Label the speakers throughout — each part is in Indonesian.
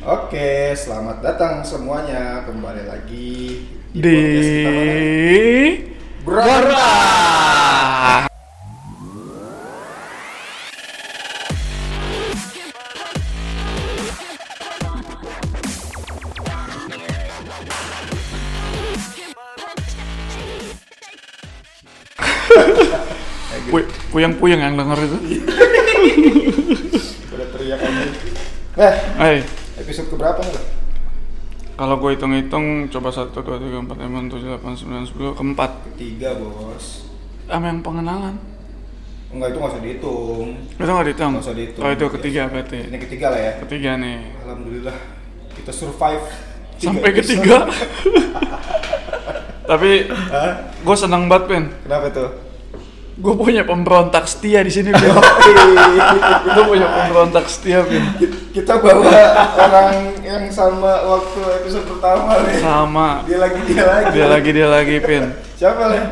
Speaker 1: Oke, selamat datang semuanya kembali lagi
Speaker 2: di,
Speaker 1: podcast kita malam ini.
Speaker 2: Berontak. Pu- Puyeng-puyeng yang denger itu.
Speaker 1: Udah teriak aja. Eh,
Speaker 2: Eh,
Speaker 1: episode keberapa nih?
Speaker 2: kalau gue hitung-hitung coba 1 2 3 4 5 6 7 8 9 10 keempat
Speaker 1: Ketiga bos.
Speaker 2: sama yang pengenalan.
Speaker 1: Enggak itu nggak usah dihitung.
Speaker 2: Itu nggak dihitung.
Speaker 1: Nggak usah dihitung.
Speaker 2: Oh, itu ketiga berarti.
Speaker 1: Ini ketiga lah ya.
Speaker 2: Ketiga nih.
Speaker 1: Alhamdulillah kita survive. Tiga
Speaker 2: Sampai
Speaker 1: episode.
Speaker 2: ketiga. Tapi
Speaker 1: Hah?
Speaker 2: gue senang banget, Pen.
Speaker 1: Kenapa tuh?
Speaker 2: Gue punya pemberontak setia di sini, Pen. gue punya pemberontak setia, Pen.
Speaker 1: kita bawa orang yang sama waktu episode pertama nih.
Speaker 2: Sama.
Speaker 1: Dia lagi dia lagi.
Speaker 2: Dia lagi, dia lagi, Pen.
Speaker 1: Siapa nih?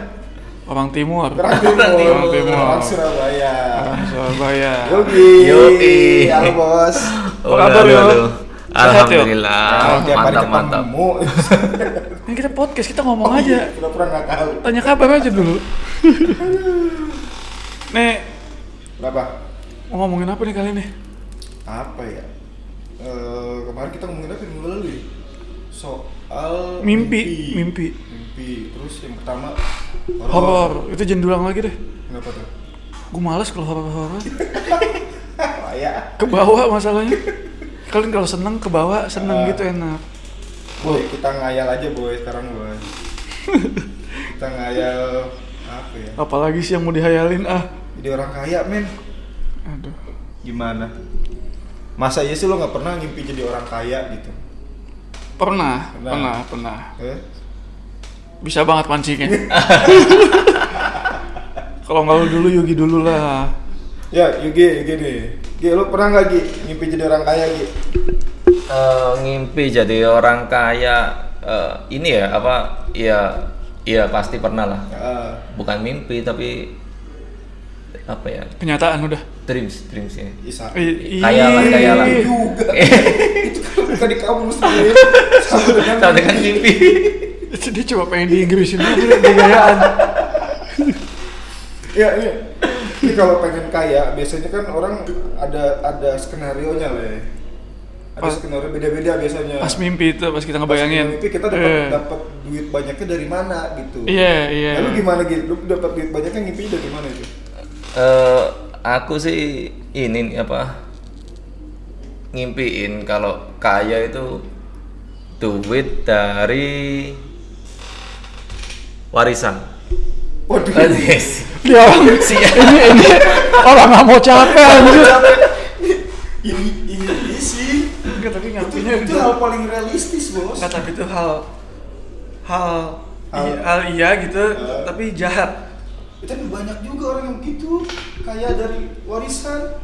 Speaker 2: Orang timur.
Speaker 1: Orang Timur.
Speaker 2: Orang Timur.
Speaker 1: Orang Surabaya.
Speaker 2: Orang Surabaya.
Speaker 1: Yogi.
Speaker 3: Yogi.
Speaker 1: Halo bos.
Speaker 2: Apa kabar, Yo? Sehat, Yo?
Speaker 3: Alhamdulillah,
Speaker 1: Ah, Tiap hari
Speaker 3: mantap Ah, mantap.
Speaker 1: ketemu. Oh,
Speaker 2: Ini kita podcast, kita ngomong aja.
Speaker 1: Pura-pura nggak tahu.
Speaker 2: Tanya kabar aja dulu. nih,
Speaker 1: Kenapa?
Speaker 2: mau ngomongin apa nih kali ini?
Speaker 1: Apa ya? Eh, kemarin kita ngomongin apa minggu lalu ya? Soal
Speaker 2: Mimpi, mimpi.
Speaker 1: mimpi. Mimpi. Terus yang pertama
Speaker 2: Horor. Itu jendulang lagi deh.
Speaker 1: Kenapa tuh?
Speaker 2: Gue males kalau horor-horor.
Speaker 1: Ah, ya.
Speaker 2: ke bawah masalahnya kalian kalau seneng ke bawah seneng gitu enak
Speaker 1: Boy, kita ngayal aja boy sekarang boy. kita ngayal apa ya?
Speaker 2: apalagi sih yang mau dihayalin ah
Speaker 1: Jadi orang kaya men.
Speaker 2: aduh
Speaker 1: Gimana? Masa iya sih lo nggak pernah ngimpi jadi orang kaya gitu?
Speaker 2: pernah
Speaker 1: Pernah.
Speaker 2: pernah pernah
Speaker 1: Eh?
Speaker 2: bisa banget mancingnya kalau nggak lu dulu Yogi dulu lah
Speaker 1: Ya, Yugi, Yugi nih. Gi, lu pernah nggak Gi ngimpi jadi orang kaya Gi?
Speaker 3: Eh, ngimpi jadi orang kaya eh, ini ya apa? Iya, iya pasti pernah lah.
Speaker 1: Eh,
Speaker 3: Bukan mimpi tapi apa ya?
Speaker 2: kenyataan udah
Speaker 3: Dreams, dreams ya.
Speaker 1: Isa.
Speaker 2: I-
Speaker 3: Kaya lah,
Speaker 2: ih.
Speaker 3: kaya lah.
Speaker 1: Juga. itu kan bukan di kampus sendiri. Sama dengan
Speaker 3: Sama dengan mimpi.
Speaker 2: dia cuma pengen diinggrisin aja dia gayaan
Speaker 1: Iya, iya. Ini kalau pengen kaya, biasanya kan orang ada ada skenario nya lah. ya. Ada
Speaker 2: Pas-
Speaker 1: skenario beda-beda biasanya.
Speaker 2: pas mimpi itu pas kita ngebayangin
Speaker 1: Tapi kita dapat
Speaker 2: Eh.
Speaker 1: dapat duit banyaknya dari mana gitu.
Speaker 2: iya iya
Speaker 1: Lalu gimana gitu? Lu dapat duit banyaknya ngimpinya dari mana itu?
Speaker 3: Eh, aku sih ini nih, apa? Ngimpiin kalau kaya itu duit dari warisan.
Speaker 1: Waduh.
Speaker 3: Aziz.
Speaker 2: dia orang Iya. ini ini orang nggak mau capek anjir
Speaker 1: Ini ini ini sih.
Speaker 2: Enggak, tapi
Speaker 1: Itu, itu hal paling realistis, Bos.
Speaker 2: Enggak, tapi itu gitu, hal hal
Speaker 1: Hal.
Speaker 2: i- hal iya gitu,
Speaker 1: Hal.
Speaker 2: tapi jahat.
Speaker 1: Itu kan banyak juga orang yang begitu kaya dari warisan.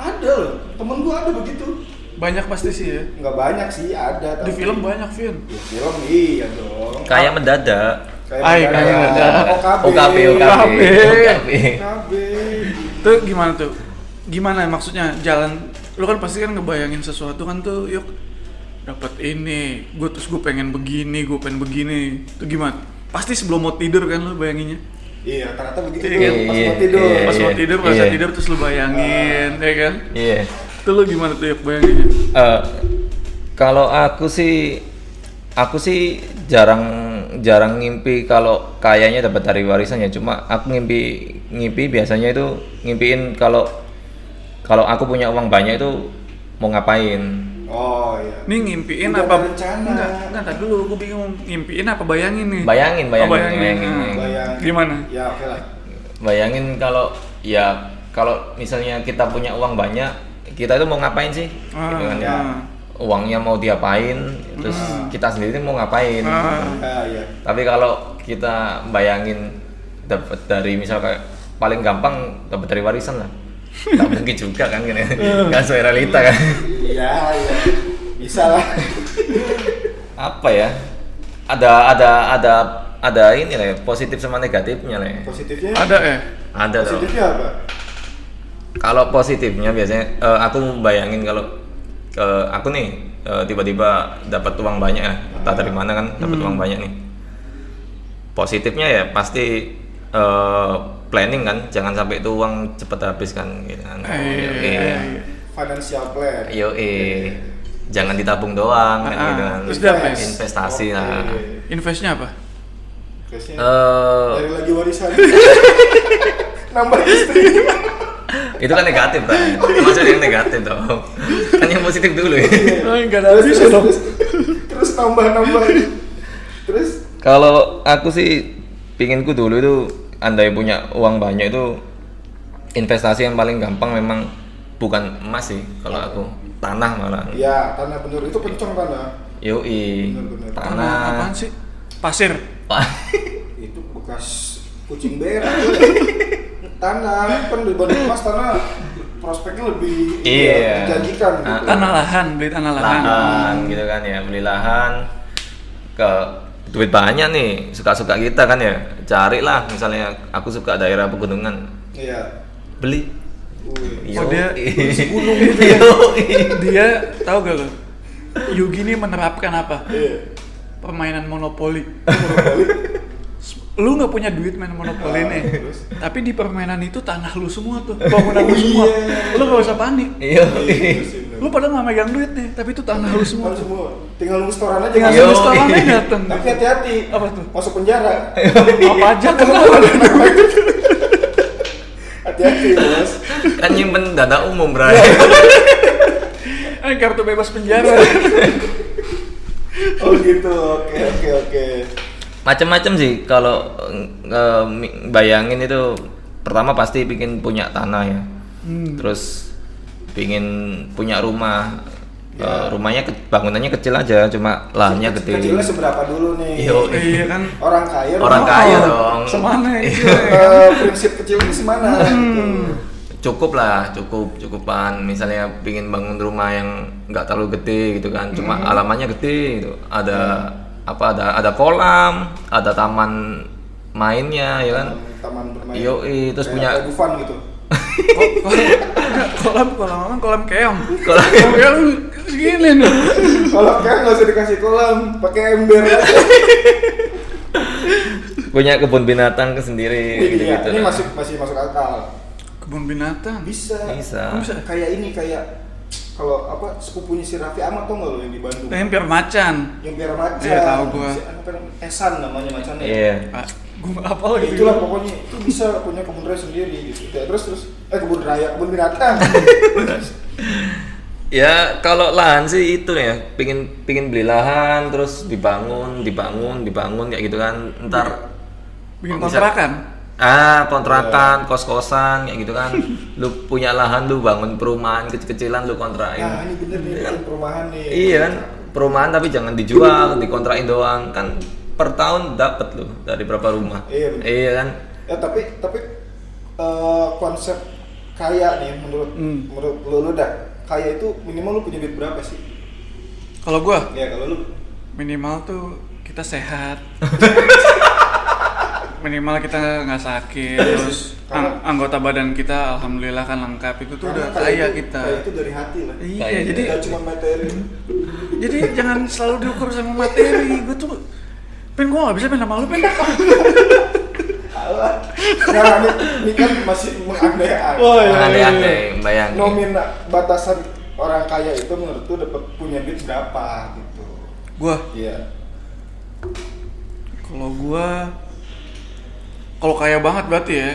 Speaker 1: Ada loh, temen gua ada begitu.
Speaker 2: Banyak pasti sih ya.
Speaker 1: Nggak banyak sih, ada.
Speaker 2: Di
Speaker 1: tapi-
Speaker 2: film banyak, Vin.
Speaker 1: Di film iya dong.
Speaker 3: Kaya mendadak. Oh,
Speaker 1: Kayak
Speaker 2: Ay, kaya mendadak.
Speaker 1: OKB.
Speaker 3: OKB,
Speaker 2: OKB.
Speaker 3: OKB.
Speaker 1: OKB.
Speaker 2: Itu gimana tuh? Gimana maksudnya jalan lu kan pasti kan ngebayangin sesuatu kan tuh, yuk dapat ini, gue terus gue pengen begini, gue pengen begini, itu gimana? Pasti sebelum mau tidur kan lu bayanginnya,
Speaker 1: Iya, ternyata begitu
Speaker 2: Iya,
Speaker 1: tuh, pas
Speaker 3: iya,
Speaker 1: mau tidur.
Speaker 3: iya.
Speaker 2: pas mau tidur pas
Speaker 3: iya.
Speaker 2: tidur terus lu bayangin, ya kan?
Speaker 3: Iya.
Speaker 2: Itu lu gimana tuh yuk bayanginnya?
Speaker 3: Eh, kalau aku sih aku sih jarang jarang ngimpi kalau kayanya dapat dari warisan ya cuma aku ngimpi ngimpi biasanya itu ngimpiin kalau kalau aku punya uang banyak itu mau ngapain
Speaker 1: Oh iya.
Speaker 2: Ini ngimpiin
Speaker 1: Udah ada
Speaker 2: apa?
Speaker 1: rencana.
Speaker 2: Enggak, enggak, tadi dulu gue bingung ngimpiin apa bayangin nih.
Speaker 3: Bayangin,
Speaker 2: Oh,
Speaker 3: bayangin,
Speaker 2: bayangin.
Speaker 3: bayangin,
Speaker 2: Nah,
Speaker 1: Bayang.
Speaker 2: Gimana?
Speaker 1: Ya oke lah.
Speaker 3: bayangin kalau ya kalau misalnya kita punya uang banyak kita itu mau ngapain sih
Speaker 2: Ah,
Speaker 3: Gitu kan ya.
Speaker 2: ya.
Speaker 3: uangnya mau diapain terus kita sendiri mau ngapain
Speaker 2: Ah,
Speaker 1: Ah, iya.
Speaker 3: tapi kalau kita bayangin dapat dari misalnya paling gampang dapat dari warisan lah nggak mungkin juga kan kan nggak sesuai realita kan
Speaker 1: Iya, iya. Bisa lah.
Speaker 3: apa ya ada ada ada ada ini lah ya, positif sama negatifnya lah ya.
Speaker 1: Positifnya?
Speaker 2: Ada eh.
Speaker 3: ada dong
Speaker 1: Positifnya apa?
Speaker 3: kalau positifnya biasanya eh, aku bayangin kalau eh, aku nih eh, tiba-tiba dapat uang banyak ya tak dari mana kan dapat
Speaker 2: Hmm.
Speaker 3: uang banyak nih positifnya ya pasti eh, planning kan jangan sampai itu uang cepet habis kan gitu kan
Speaker 2: Eh, iya,
Speaker 3: Oke.
Speaker 2: iya, iya.
Speaker 1: financial plan
Speaker 3: Yo, eh, jangan ditabung doang kan,
Speaker 2: Ah,
Speaker 3: gitu kan.
Speaker 2: terus Oh, dia invest.
Speaker 3: investasi lah.
Speaker 2: iya,
Speaker 1: Oke.
Speaker 2: Investnya apa?
Speaker 1: Investnya
Speaker 3: Eh,
Speaker 1: dari lagi warisan nambah istri
Speaker 3: itu kan negatif kan. Maksudnya yang negatif dong. Kan yang positif dulu ya.
Speaker 1: Eh,
Speaker 2: Oh, enggak
Speaker 1: terus, terus, terus, terus nambah nambah terus
Speaker 3: Kalau aku sih pinginku dulu itu andai punya uang banyak itu investasi yang paling gampang memang bukan emas sih kalau aku tanah malah.
Speaker 1: ya tanah bener itu pencong tanah
Speaker 3: Yoi,
Speaker 1: Benar-benar.
Speaker 2: Tanah apaan
Speaker 3: tanah.
Speaker 2: sih? Pasir.
Speaker 1: itu bekas kucing berak tanah kan dibanding emas tanah prospeknya lebih
Speaker 3: Iya. Ah,
Speaker 1: ya, menjanjikan gitu.
Speaker 2: Tanah lahan, beli tanah lahan.
Speaker 3: lahan gitu kan ya beli lahan ke duit banyak nih suka-suka kita kan ya carilah misalnya aku suka daerah pegunungan
Speaker 1: iya
Speaker 3: beli
Speaker 1: Wih.
Speaker 2: Oh, dia
Speaker 3: Yoi.
Speaker 1: gunung gitu ya.
Speaker 3: Yoi.
Speaker 2: Dia tahu gak lo? Yugi ini menerapkan apa?
Speaker 1: Iya.
Speaker 2: Permainan monopoli. lu nggak punya duit main monopoli
Speaker 1: Ah,
Speaker 2: nih.
Speaker 1: terus?
Speaker 2: Tapi di permainan itu tanah lu semua tuh, bangunan lu
Speaker 1: Iya.
Speaker 2: semua. Lu gak usah panik.
Speaker 3: Yoi.
Speaker 2: iya, Lu padahal nggak megang duit nih, tapi itu tanah lu semua.
Speaker 1: Kan semua tinggal nunggu setoran aja
Speaker 2: Tinggal
Speaker 1: Mas.
Speaker 3: Yo.
Speaker 2: semester lama dateng.
Speaker 1: tapi hati-hati
Speaker 2: Apa tuh?
Speaker 1: masuk penjara
Speaker 2: Apa aja kan?
Speaker 1: hati-hati bos
Speaker 3: kan nyimpen dana umum berarti
Speaker 1: Iya,
Speaker 2: Eh, kartu bebas penjara.
Speaker 1: oh gitu oke oke oke
Speaker 3: macam-macam sih kalau eh, mi- bayangin itu pertama pasti bikin punya tanah ya
Speaker 1: Hmm.
Speaker 3: terus pingin punya rumah
Speaker 1: Ya.
Speaker 3: Eh, rumahnya ke- bangunannya kecil aja cuma lahannya gede
Speaker 1: kecilnya seberapa dulu nih
Speaker 3: Yoi.
Speaker 2: Eh, iya kan.
Speaker 1: orang kaya
Speaker 3: Orang
Speaker 1: rumah-
Speaker 3: kaya
Speaker 2: Oh,
Speaker 3: dong.
Speaker 2: Semana
Speaker 3: Iya.
Speaker 2: itu.
Speaker 1: Eh, prinsip kecil itu semana
Speaker 2: Hmm.
Speaker 1: gitu.
Speaker 3: cukup lah cukup cukupan misalnya pingin bangun rumah yang nggak terlalu gede gitu kan cuma
Speaker 1: Hmm.
Speaker 3: alamannya gede gitu ada apa ada ada kolam ada taman mainnya ya kan
Speaker 1: taman bermain
Speaker 3: Yoi, eh, terus
Speaker 1: Kayak
Speaker 3: punya-
Speaker 1: kayak Dufan gitu
Speaker 2: kolam kolam apa? Kolam keong.
Speaker 3: Kolam
Speaker 2: Kolam keong segini nih.
Speaker 1: kalau kayak nggak usah dikasih kolam pakai ember
Speaker 3: Iya,
Speaker 1: aja
Speaker 3: punya kebun binatang ke sendiri gitu
Speaker 1: Iya,
Speaker 3: gitu
Speaker 1: ini masih masih masuk akal
Speaker 2: Kebun binatang.
Speaker 1: bisa
Speaker 3: bisa
Speaker 2: Bisa.
Speaker 1: kayak ini kayak kalau apa sepupunya si Raffi Ahmad tau nggak lo yang di Bandung
Speaker 2: Tempir macan.
Speaker 1: yang biar macan
Speaker 2: Iya, tahu gua.
Speaker 1: Si- apa namanya? Esan namanya macannya
Speaker 3: iya
Speaker 2: Ah, gua apa
Speaker 1: Ya,
Speaker 2: gitu.
Speaker 1: itulah pokoknya itu bisa punya kebun raya sendiri gitu. Ya, terus terus eh kebun raya kebun binatang
Speaker 3: ya kalau lahan sih itu ya pingin pingin beli lahan terus dibangun dibangun dibangun kayak gitu kan ntar
Speaker 2: Bikin
Speaker 3: Bisa.
Speaker 2: kontrakan.
Speaker 3: ah kontrakan kos kosan kayak gitu kan lu punya lahan lu bangun perumahan kecil kecilan lu
Speaker 1: nah
Speaker 3: kontrakin
Speaker 1: ini bener nih bikin perumahan nih
Speaker 3: iya kan perumahan tapi jangan dijual dikontrakin doang kan per tahun dapat lu dari berapa rumah
Speaker 1: Iya, bener.
Speaker 3: iya kan
Speaker 1: ya tapi tapi eh, konsep kaya nih menurut
Speaker 2: Hmm.
Speaker 1: menurut lo lo dah kaya itu minimal lo punya duit berapa sih
Speaker 2: Kalau gua
Speaker 1: ya kalau lo
Speaker 2: minimal tuh kita sehat. minimal kita nggak sakit
Speaker 1: Iya,
Speaker 2: terus ang- anggota badan kita alhamdulillah kan lengkap itu tuh
Speaker 1: karena
Speaker 2: udah kaya
Speaker 1: itu-
Speaker 2: kita
Speaker 1: kaya itu dari hati lah
Speaker 2: iya
Speaker 3: Kaya.
Speaker 2: jadi
Speaker 1: Gak cuma materi
Speaker 2: Jadi jangan selalu diukur sama materi. Gue tuh Pen gue gak bisa main sama lu pen
Speaker 1: Allah nah, ini, ini kan masih mengandai-andai
Speaker 2: Oh, iya.
Speaker 3: aneh aneh bayangin
Speaker 1: nomina batasan orang kaya itu menurut tuh dapat punya duit berapa gitu
Speaker 2: Gue
Speaker 1: iya
Speaker 2: Kalau gue Kalau kaya banget berarti ya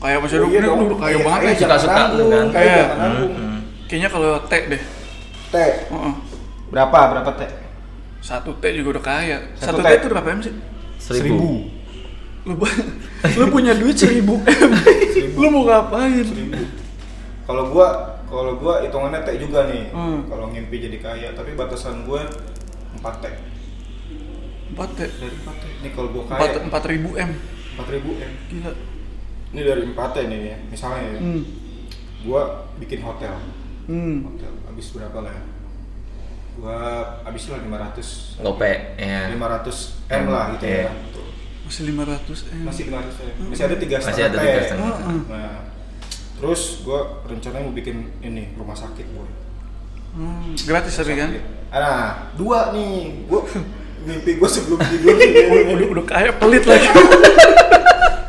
Speaker 2: Kaya masih
Speaker 1: Oh,
Speaker 2: oh,
Speaker 1: iya dong.
Speaker 2: kaya
Speaker 1: Iya,
Speaker 2: banget
Speaker 1: kaya
Speaker 2: ya
Speaker 3: suka suka lu kan
Speaker 1: Kayak
Speaker 2: Iya.
Speaker 1: jangan nanggung.
Speaker 3: Mm, mm.
Speaker 2: Kayaknya kalau T deh
Speaker 1: teh
Speaker 2: Heeh.
Speaker 1: berapa berapa teh
Speaker 2: Satu T juga udah kaya
Speaker 1: Satu
Speaker 2: Satu,
Speaker 1: T.
Speaker 2: T itu berapa M sih?
Speaker 3: seribu.
Speaker 2: Lu, ba- lu punya duit seribu M Lu mau ngapain?
Speaker 1: kalau gua kalau gua hitungannya teh juga nih
Speaker 2: Hmm.
Speaker 1: kalau ngimpi jadi kaya tapi batasan gua empat teh
Speaker 2: Empat T
Speaker 1: dari empat teh ini kalau gua
Speaker 2: Empat,
Speaker 1: kaya
Speaker 2: empat ribu M
Speaker 1: empat ribu ya
Speaker 2: Gila
Speaker 1: ini dari empat teh nih ya misalnya ya
Speaker 2: Hmm
Speaker 1: gua bikin hotel
Speaker 2: Hmm
Speaker 1: hotel habis berapa lah ya gua habis lah 500
Speaker 3: Gopek, ya.
Speaker 1: 500 m lah gitu
Speaker 3: Iya.
Speaker 1: ya Tuh.
Speaker 2: Masih 500 M Hmm.
Speaker 1: masih 500 m masih ada tiga
Speaker 3: Hmm. Masih ada
Speaker 1: setengah
Speaker 3: tiga
Speaker 1: T.
Speaker 3: setengah.
Speaker 2: Heeh.
Speaker 1: Nah, terus gue rencananya mau bikin ini rumah sakit boy.
Speaker 2: Hmm, gratis tapi kan?
Speaker 1: Nah, dua nih. Gua mimpi gua sebelum tidur nih.
Speaker 2: Udah, udah kaya pelit lagi.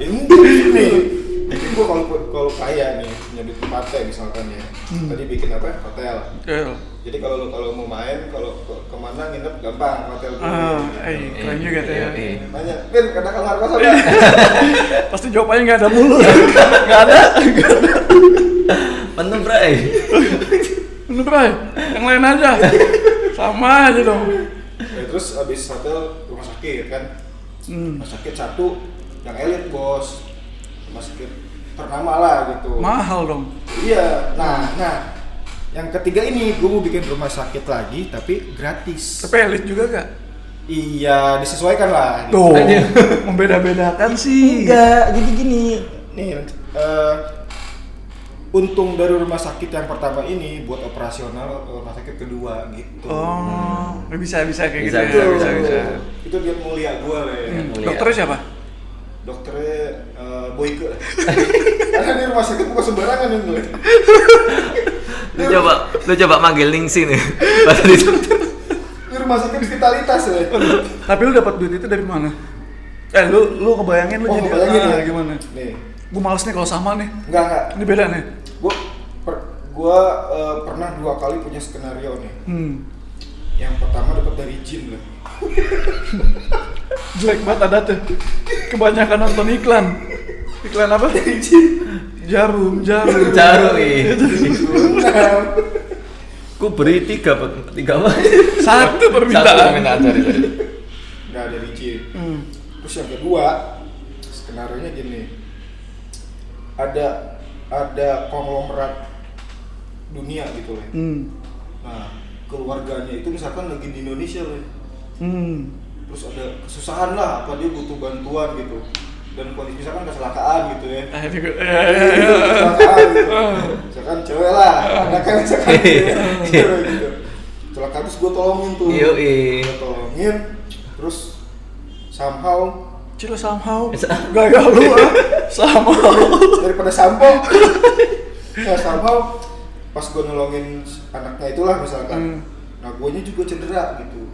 Speaker 1: Ini Eh, nih. Mimpi gua kalau kalau kaya nih, nyebut ke pantai misalkan ya.
Speaker 3: Hmm.
Speaker 1: Tadi bikin apa? Hotel.
Speaker 2: Eh,
Speaker 1: Jadi kalau lu- kalau mau main, kalau ke- kemana nginep gampang hotel dulu.
Speaker 2: ah, eh, keren juga tuh ya.
Speaker 3: Iya, iya.
Speaker 1: Banyak. Pin, kena kamar kosan
Speaker 2: Iya.
Speaker 1: ya.
Speaker 2: Pasti jawabannya nggak ada mulu.
Speaker 3: Nggak ada. nggak ada. Penuh, Bray.
Speaker 2: Bener Bray. yang lain aja. Sama aja dong.
Speaker 1: Ya, terus abis hotel rumah sakit kan.
Speaker 2: Hmm.
Speaker 1: rumah sakit satu yang elit bos rumah sakit ternama lah gitu
Speaker 2: Mahal dong.
Speaker 1: iya nah nah yang ketiga ini gue mau bikin rumah sakit lagi tapi gratis
Speaker 2: Tapi elit juga gak?
Speaker 1: iya disesuaikan lah gitu.
Speaker 2: Tuh, membeda-bedakan sih.
Speaker 1: enggak jadi gini nih eh, untung dari rumah sakit yang pertama ini buat operasional rumah sakit kedua gitu
Speaker 2: Oh, bisa bisa kayak
Speaker 3: Bisa,
Speaker 2: gitu. ya.
Speaker 1: Tuh.
Speaker 3: bisa, Iya. bisa.
Speaker 1: itu dia mulia gue lah ya.
Speaker 2: Hmm,
Speaker 3: Mulia.
Speaker 2: Dokternya siapa?
Speaker 1: dokternya eh, Boyke karena di rumah sakit bukan sembarangan nih gue
Speaker 3: Lu coba, lu coba manggil Ningsi nih. Pas di dokter.
Speaker 1: di rumah sakit hospitalitas ya
Speaker 2: Tapi lu dapat duit itu dari mana? Eh, lu lu kebayangin lu
Speaker 1: oh
Speaker 2: jadi
Speaker 1: bayangin
Speaker 2: ah,
Speaker 1: ya
Speaker 2: gimana?
Speaker 1: nih
Speaker 2: Gue males nih kalau sama nih.
Speaker 1: enggak enggak
Speaker 2: Ini beda nih.
Speaker 1: gue per, gua, eh, pernah dua kali punya skenario nih
Speaker 2: Hmm.
Speaker 1: yang pertama dapat dari jin lah
Speaker 2: Jelek banget ada tuh. Kebanyakan nonton iklan. Iklan apa? Jarum, jarum.
Speaker 3: Jarum, iya.
Speaker 1: Nah,
Speaker 3: Ku beri tiga, tiga apa?
Speaker 2: Satu
Speaker 3: Satu
Speaker 2: permintaan.
Speaker 3: permintaan sorry, sorry.
Speaker 1: enggak dari jin
Speaker 2: Hmm.
Speaker 1: terus yang kedua skenario nya gini ada ada konglomerat dunia gitu loh
Speaker 2: Hmm.
Speaker 1: nah keluarganya itu misalkan lagi di Indonesia loh
Speaker 2: Hmm.
Speaker 1: terus ada kesusahan lah apa dia butuh bantuan gitu dan kondisi misalkan kecelakaan gitu ya
Speaker 2: Ah, ini gua- ya, ya, ya.
Speaker 1: kecelakaan gitu. misalkan cewek lah anaknya misalkan
Speaker 3: Iya.
Speaker 1: cewek gitu kecelakaan terus gue tolongin tuh
Speaker 3: Iya, iya.
Speaker 1: Gua tolongin terus somehow
Speaker 2: Cilo somehow gagal lu ah. Somehow.
Speaker 1: daripada sampel ya somehow pas gue nolongin anaknya itulah
Speaker 2: Hmm.
Speaker 1: misalkan nah gue juga cedera gitu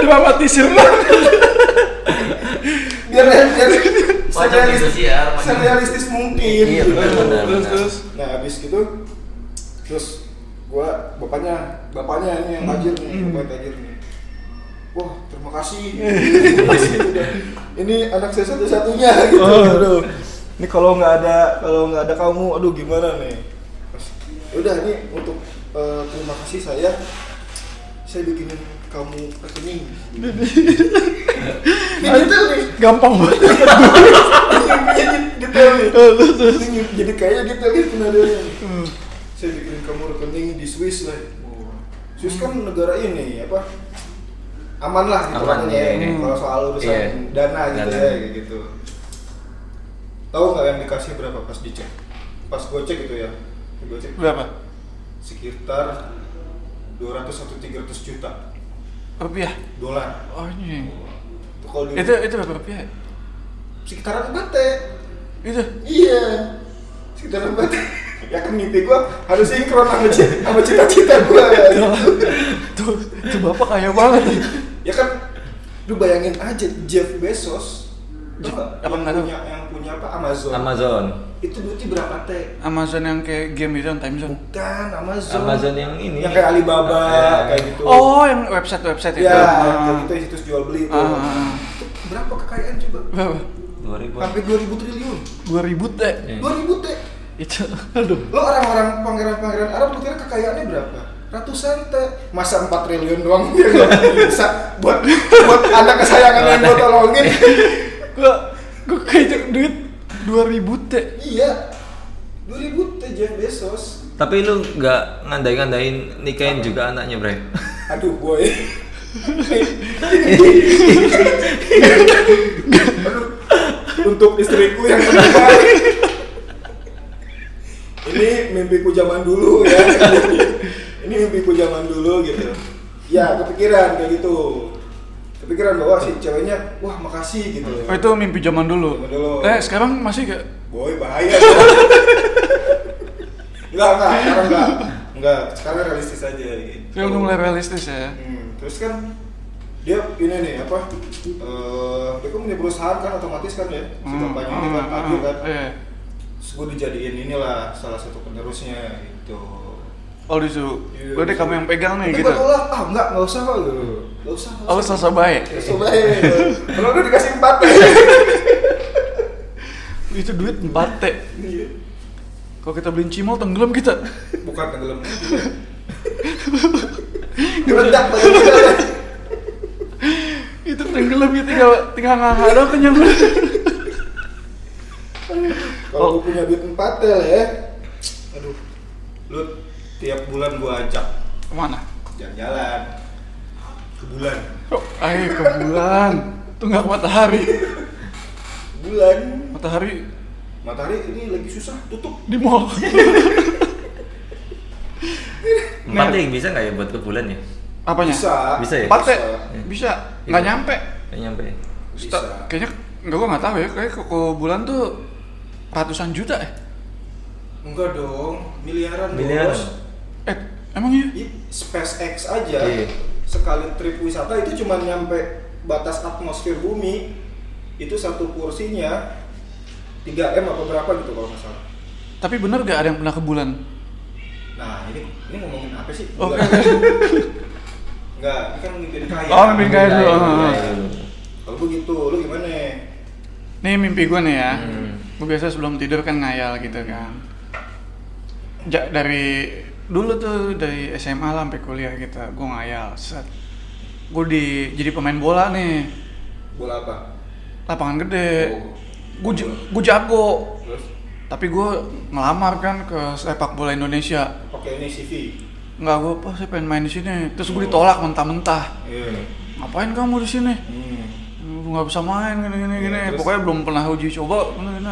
Speaker 2: Dramatisir banget.
Speaker 1: biar biar
Speaker 3: Macam
Speaker 1: serealis-
Speaker 3: gitu sih ya, macam-
Speaker 1: serealistis mungkin
Speaker 3: Iya,
Speaker 1: gitu.
Speaker 3: benar,
Speaker 2: Terus
Speaker 3: benar.
Speaker 2: terus.
Speaker 1: Nah abis gitu terus gua bapaknya bapaknya ini yang tajir nih, bapaknya tajir nih. Wah terima kasih. Terima kasih. ini anak saya satu-satunya gitu. Aduh. Ini kalau nggak ada kalau nggak ada kamu, aduh gimana nih? Terus, Udah ini untuk eh, terima kasih saya saya bikinin kamu rekening. Ini detail nih,
Speaker 2: Gampang banget.
Speaker 1: ini detail nih.
Speaker 2: Terus terus.
Speaker 1: Ini jadi kayaknya detail nih penariannya saya bikin kamu rekening di Swiss lah. Swiss kan negara ini apa? Aman lah gitu
Speaker 3: Aman,
Speaker 1: katanya ya,
Speaker 3: iya.
Speaker 1: kalau soal urusan
Speaker 3: Iya.
Speaker 1: dana gitu
Speaker 3: Dana.
Speaker 1: ya kayak gitu. Tahu nggak yang dikasih berapa pas dicek? Pas gue cek itu ya, gue cek
Speaker 2: Berapa?
Speaker 1: sekitar 200 atau 300 juta
Speaker 2: Rupiah.
Speaker 1: dolar.
Speaker 2: Oh, anjing.
Speaker 1: Itu kalau di
Speaker 2: Itu itu berapa rupiah? ya?
Speaker 1: sekitaran bate.
Speaker 2: Itu.
Speaker 1: Iya. Sekitaran bate. ya kan mimpi gue harus sinkron sama, ci- sama cita-cita gue.
Speaker 2: Tuh, tuh bapak kaya banget.
Speaker 1: ya kan lu bayangin aja Jeff Bezos tau
Speaker 2: Jeff-
Speaker 1: nggak?
Speaker 2: apa
Speaker 1: yang
Speaker 2: nggak tahu?
Speaker 1: punya yang punya apa Amazon,
Speaker 3: Amazon.
Speaker 1: itu duitnya berapa teh
Speaker 2: Amazon yang kayak game itu yang time zone.
Speaker 1: bukan Amazon
Speaker 3: Amazon yang ini.
Speaker 1: yang kayak Alibaba
Speaker 3: Eh,
Speaker 1: kayak gitu
Speaker 2: Oh, yang website-website itu.
Speaker 1: ya
Speaker 2: Ah.
Speaker 1: kayak gitu yang situs jual beli itu
Speaker 2: Ah.
Speaker 1: Itu berapa kekayaan coba
Speaker 2: Berapa?
Speaker 3: 2000.
Speaker 1: sampai 2000 triliun
Speaker 2: 2000 teh.
Speaker 3: Iya.
Speaker 1: 2000 teh
Speaker 2: Itu aduh.
Speaker 1: lo orang-orang pangeran-pangeran Arab lu kira kekayaannya berapa ratusan teh masa 4 triliun doang dia nggak bisa buat buat anak kesayangan yang gue tolongin
Speaker 2: Gua gua kayak duit 2000 teh.
Speaker 1: iya 2000 teh Jeff Bezos
Speaker 3: Tapi lu nggak ngandai-ngandain nikahin juga anaknya, Bray.
Speaker 1: Aduh, boy. Aduh, untuk istriku yang kedua. Ini mimpiku zaman dulu ya. Ini mimpiku zaman dulu gitu. Ya, kepikiran kayak gitu. Kepikiran bahwa si ceweknya, wah makasih gitu.
Speaker 2: Oh, itu mimpi zaman dulu.
Speaker 1: Zaman dulu.
Speaker 2: Eh, sekarang masih gak?
Speaker 1: Boy bahaya. Enggak enggak enggak sekarang enggak enggak sekarang realistis aja gitu.
Speaker 2: Saya udah mulai realistis ya.
Speaker 1: Hmm, terus kan dia ini nih apa eh dia kan punya perusahaan kan otomatis kan ya si
Speaker 2: Hmm,
Speaker 1: bapaknya ini kan
Speaker 2: hmm,
Speaker 1: Agil kan
Speaker 2: hmm, Iya.
Speaker 1: terus gue dijadiin inilah salah satu penerusnya gitu
Speaker 2: Oh disuruh.
Speaker 1: Iya,
Speaker 2: Udah
Speaker 1: disuruh.
Speaker 2: kamu yang pegang nih
Speaker 1: tapi
Speaker 2: gitu.
Speaker 1: gue tolak ah enggak enggak usah kok gitu enggak usah enggak
Speaker 2: Oh lu
Speaker 1: usah.
Speaker 2: sosok baik.
Speaker 1: Ya, coba ya. Kalau udah dikasih empat
Speaker 2: Itu duit 4 T. Kalau kita beliin cimol tenggelam kita.
Speaker 1: bukan tenggelam meledak tenggelam.
Speaker 2: Itu tenggelam gitu tinggal tinggal nganga doang kenyang.
Speaker 1: kalau
Speaker 2: Oh.
Speaker 1: gue punya duit empat tel ya aduh lu tiap bulan gue ajak
Speaker 2: Kemana?
Speaker 1: jalan-jalan ke bulan
Speaker 2: Oh, ayo ke bulan. Tuh nggak ke matahari.
Speaker 1: bulan
Speaker 2: Matahari
Speaker 1: matahari ini lagi susah tutup
Speaker 2: di mall.
Speaker 3: Empat deh, bisa nggak ya buat ke bulan ya?
Speaker 2: Apanya?
Speaker 1: bisa
Speaker 3: Bisa ya?
Speaker 2: Empat T.
Speaker 1: Bisa.
Speaker 2: Bisa. Nggak
Speaker 3: Iya.
Speaker 2: nyampe.
Speaker 3: Nggak nyampe. ya?
Speaker 1: Bisa.
Speaker 2: Sta- Kayaknya nggak gua nggak tahu ya. Kayak ke ke bulan tuh ratusan juta ya.
Speaker 1: enggak dong miliaran
Speaker 3: Miliaran.
Speaker 1: bos
Speaker 2: Eh, emang iya?
Speaker 1: Ih, SpaceX aja
Speaker 3: Iya.
Speaker 1: sekali trip wisata itu cuma nyampe batas atmosfer bumi itu satu kursinya 3 m apa berapa gitu kalau nggak salah
Speaker 2: Tapi bener gak ada yang pernah ke bulan?
Speaker 1: nah ini ini ngomongin apa sih
Speaker 2: Oh.
Speaker 1: Enggak. Enggak, ini kan mimpin kaya
Speaker 2: Oh, mimpin kaya.
Speaker 3: Nggak,
Speaker 2: dulu,
Speaker 3: nggak,
Speaker 2: ah.
Speaker 3: nggak dulu.
Speaker 1: kalau gue gitu lu gimana
Speaker 2: Nih mimpi gue nih ya.
Speaker 3: Hmm.
Speaker 2: Gue biasa sebelum tidur kan ngayal gitu kan. Ja- dari dulu tuh dari SMA lah sampai kuliah gitu, gue ngayal. Set. Gue di jadi pemain bola nih,
Speaker 1: bola apa
Speaker 2: lapangan gede.
Speaker 1: Oh.
Speaker 2: Gue gue jago.
Speaker 1: terus
Speaker 2: Tapi gue ngelamar kan ke sepak bola Indonesia.
Speaker 1: pakai ini CV
Speaker 2: Nggak gue pas saya pengen main di sini. Terus gue ditolak mentah-mentah.
Speaker 1: iya
Speaker 2: Ngapain kamu di sini?
Speaker 1: hmm.
Speaker 2: lu nggak bisa main gini gini
Speaker 1: Iya,
Speaker 2: gini
Speaker 1: terus?
Speaker 2: pokoknya belum pernah uji coba gini gini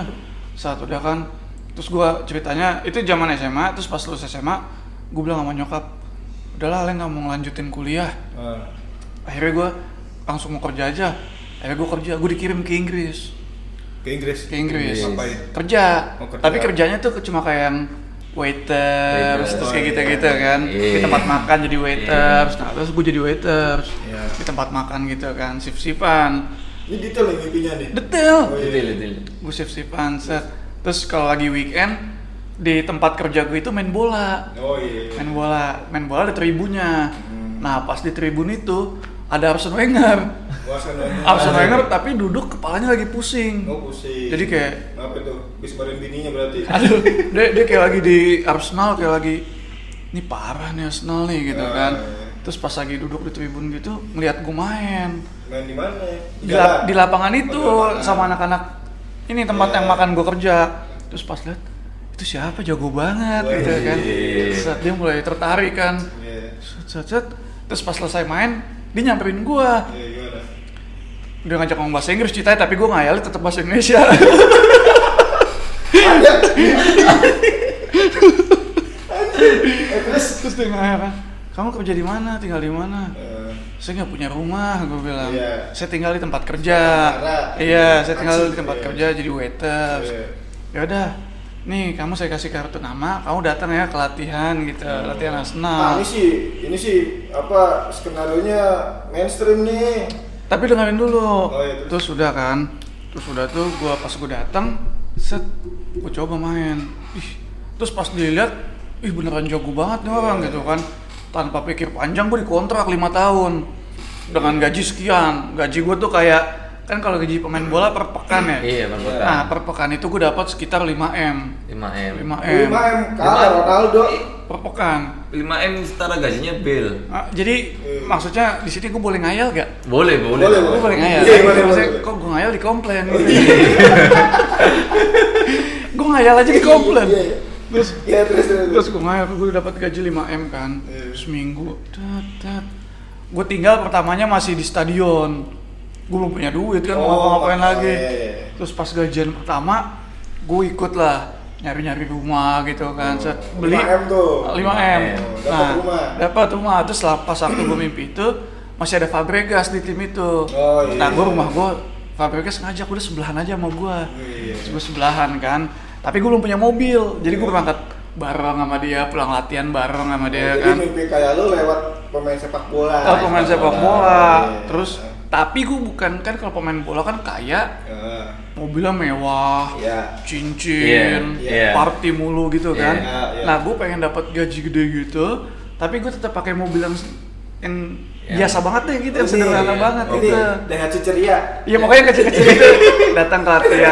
Speaker 2: saat udah kan terus gua ceritanya itu zaman SMA terus pas lulus SMA gua bilang sama nyokap udahlah Ale nggak mau ngelanjutin kuliah
Speaker 1: Ah.
Speaker 2: akhirnya gua langsung mau kerja aja akhirnya gua kerja gua dikirim ke Inggris
Speaker 1: ke Inggris ya?
Speaker 2: ke Inggris
Speaker 3: Inggris.
Speaker 1: Iya. ngapain
Speaker 2: kerja.
Speaker 1: Oh, kerja.
Speaker 2: tapi kerjanya tuh ke- cuma kayak yang waiter
Speaker 3: Waiter.
Speaker 1: oh,
Speaker 2: terus kayak gitu gitu kan
Speaker 3: Iya.
Speaker 2: di tempat makan jadi waiter nah terus gua jadi waiter
Speaker 1: Iya.
Speaker 2: di tempat makan gitu kan sip sipan
Speaker 1: ini detail nih mimpinya nih
Speaker 2: detail
Speaker 1: Oh, iya.
Speaker 3: Detail, detail.
Speaker 2: gue shift shiftan set terus kalau lagi weekend di tempat kerja gue itu main bola
Speaker 1: oh iya
Speaker 2: main bola main bola ada tribunnya
Speaker 1: Hmm.
Speaker 2: nah pas di tribun itu ada Arsene Wenger
Speaker 1: Puasa
Speaker 2: Arsene Wenger tapi duduk kepalanya lagi pusing
Speaker 1: Oh pusing.
Speaker 2: Jadi kayak-
Speaker 1: apa itu? Bis bareng bininya berarti.
Speaker 2: aduh dia, dia kayak lagi di Arsenal kayak lagi ini parah nih Arsenal nih gitu
Speaker 1: Ah,
Speaker 2: kan
Speaker 1: iya.
Speaker 2: terus pas lagi duduk di tribun gitu ngeliat gue main
Speaker 1: Main di mana?
Speaker 2: di, la- di lapangan itu
Speaker 1: Oh, di lapangan.
Speaker 2: sama anak-anak ini tempat
Speaker 1: Iya.
Speaker 2: yang makan gue kerja terus pas lihat itu siapa jago banget
Speaker 1: Wih.
Speaker 2: gitu kan saat dia mulai tertarik kan
Speaker 1: Iya.
Speaker 2: set, set, set. terus pas selesai main dia nyamperin gue
Speaker 1: Iya, gimana?
Speaker 2: dia ngajak ngomong bahasa Inggris ceritanya tapi gue ngayalnya tetap bahasa Indonesia
Speaker 1: Eh, terus
Speaker 2: terus dia ngayal kan kamu kerja di mana tinggal di mana
Speaker 1: Eh,
Speaker 2: saya nggak punya rumah gue bilang
Speaker 1: Iya.
Speaker 2: saya tinggal di tempat kerja
Speaker 1: Karena-
Speaker 2: iya saya tinggal di
Speaker 1: Asik,
Speaker 2: tempat
Speaker 1: iya.
Speaker 2: kerja jadi waiter
Speaker 1: Iya.
Speaker 2: ya udah nih kamu saya kasih kartu nama kamu datang ya ke latihan gitu latihan
Speaker 1: ah,
Speaker 2: nasional
Speaker 1: ini sih, ini sih apa skenario nya mainstream nih.
Speaker 2: tapi dengerin dulu
Speaker 1: Oh, iya, terus.
Speaker 2: terus udah kan terus udah tuh gua pas gue datang set gue coba main ih terus pas dilihat ih beneran jago banget nih
Speaker 1: Iya,
Speaker 2: orang gitu kan tanpa pikir panjang gue dikontrak lima tahun dengan
Speaker 1: Iya.
Speaker 2: gaji sekian gaji gue tuh kayak kan kalau gaji pemain bola per pekan ya
Speaker 3: Iya, per pekan.
Speaker 2: nah per pekan itu gue dapat sekitar 5 m
Speaker 1: Iya,
Speaker 3: 5M.
Speaker 2: 5 m
Speaker 1: Lima M kalah Ronaldo.
Speaker 2: per pekan
Speaker 3: 5M setara gajinya Bill.
Speaker 2: Ah, jadi
Speaker 1: Iya.
Speaker 2: maksudnya di sini gue boleh ngayal gak?
Speaker 3: Boleh, boleh.
Speaker 1: Boleh,
Speaker 2: Gue boleh ngayal.
Speaker 1: Iya, boleh,
Speaker 2: Maksudnya,
Speaker 1: boleh.
Speaker 2: Kok gue ngayal dikomplain gitu. gue ngayal aja dikomplain.
Speaker 1: Iya, iya.
Speaker 2: Terus
Speaker 1: Iya terus terus.
Speaker 2: terus gue ngayal gue dapat gaji 5 m kan
Speaker 1: Iya.
Speaker 2: seminggu. Tat tat. Gue tinggal pertamanya masih di stadion. Gue belum punya duit kan mau
Speaker 1: Oh, iya,
Speaker 2: ngapain lagi.
Speaker 1: iya.
Speaker 2: Terus pas gajian pertama gue ikut lah nyari-nyari rumah gitu kan. Set, beli
Speaker 1: 5M Oh. tuh.
Speaker 2: 5M.
Speaker 1: Oh, dapat rumah.
Speaker 2: Dapat rumah. Terus lah pas waktu gue mimpi itu masih ada Fabregas di tim itu.
Speaker 1: Oh, iya.
Speaker 2: Nah, gue rumah gue Fabregas ngajak udah sebelahan aja sama gue.
Speaker 1: Iya.
Speaker 2: Terus gue sebelahan kan. Tapi gue belum punya mobil. Jadi gue berangkat bareng sama dia pulang latihan bareng sama dia
Speaker 1: Jadi
Speaker 2: kan
Speaker 1: mimpi kayak lu lewat pemain sepak bola.
Speaker 2: Oh, pemain sepak bola
Speaker 1: iya, Iya.
Speaker 2: terus tapi gue bukan kan kalau pemain bola kan kaya
Speaker 1: Heeh.
Speaker 2: mobilnya mewah
Speaker 1: Eh, Iya.
Speaker 2: cincin,
Speaker 3: Iya, iya.
Speaker 2: party mulu gitu kan.
Speaker 1: Iya, iya.
Speaker 2: Nah, gue pengen dapat gaji gede gitu, tapi gue tetap pakai mobil yang yang
Speaker 3: Iya.
Speaker 2: biasa banget deh gitu, yang
Speaker 1: Ini,
Speaker 2: sederhana
Speaker 1: iya.
Speaker 2: banget
Speaker 1: Ini,
Speaker 2: gitu.
Speaker 1: Daihatsu ceria.
Speaker 2: Iya makanya kecil-kecil itu datang ke latihan,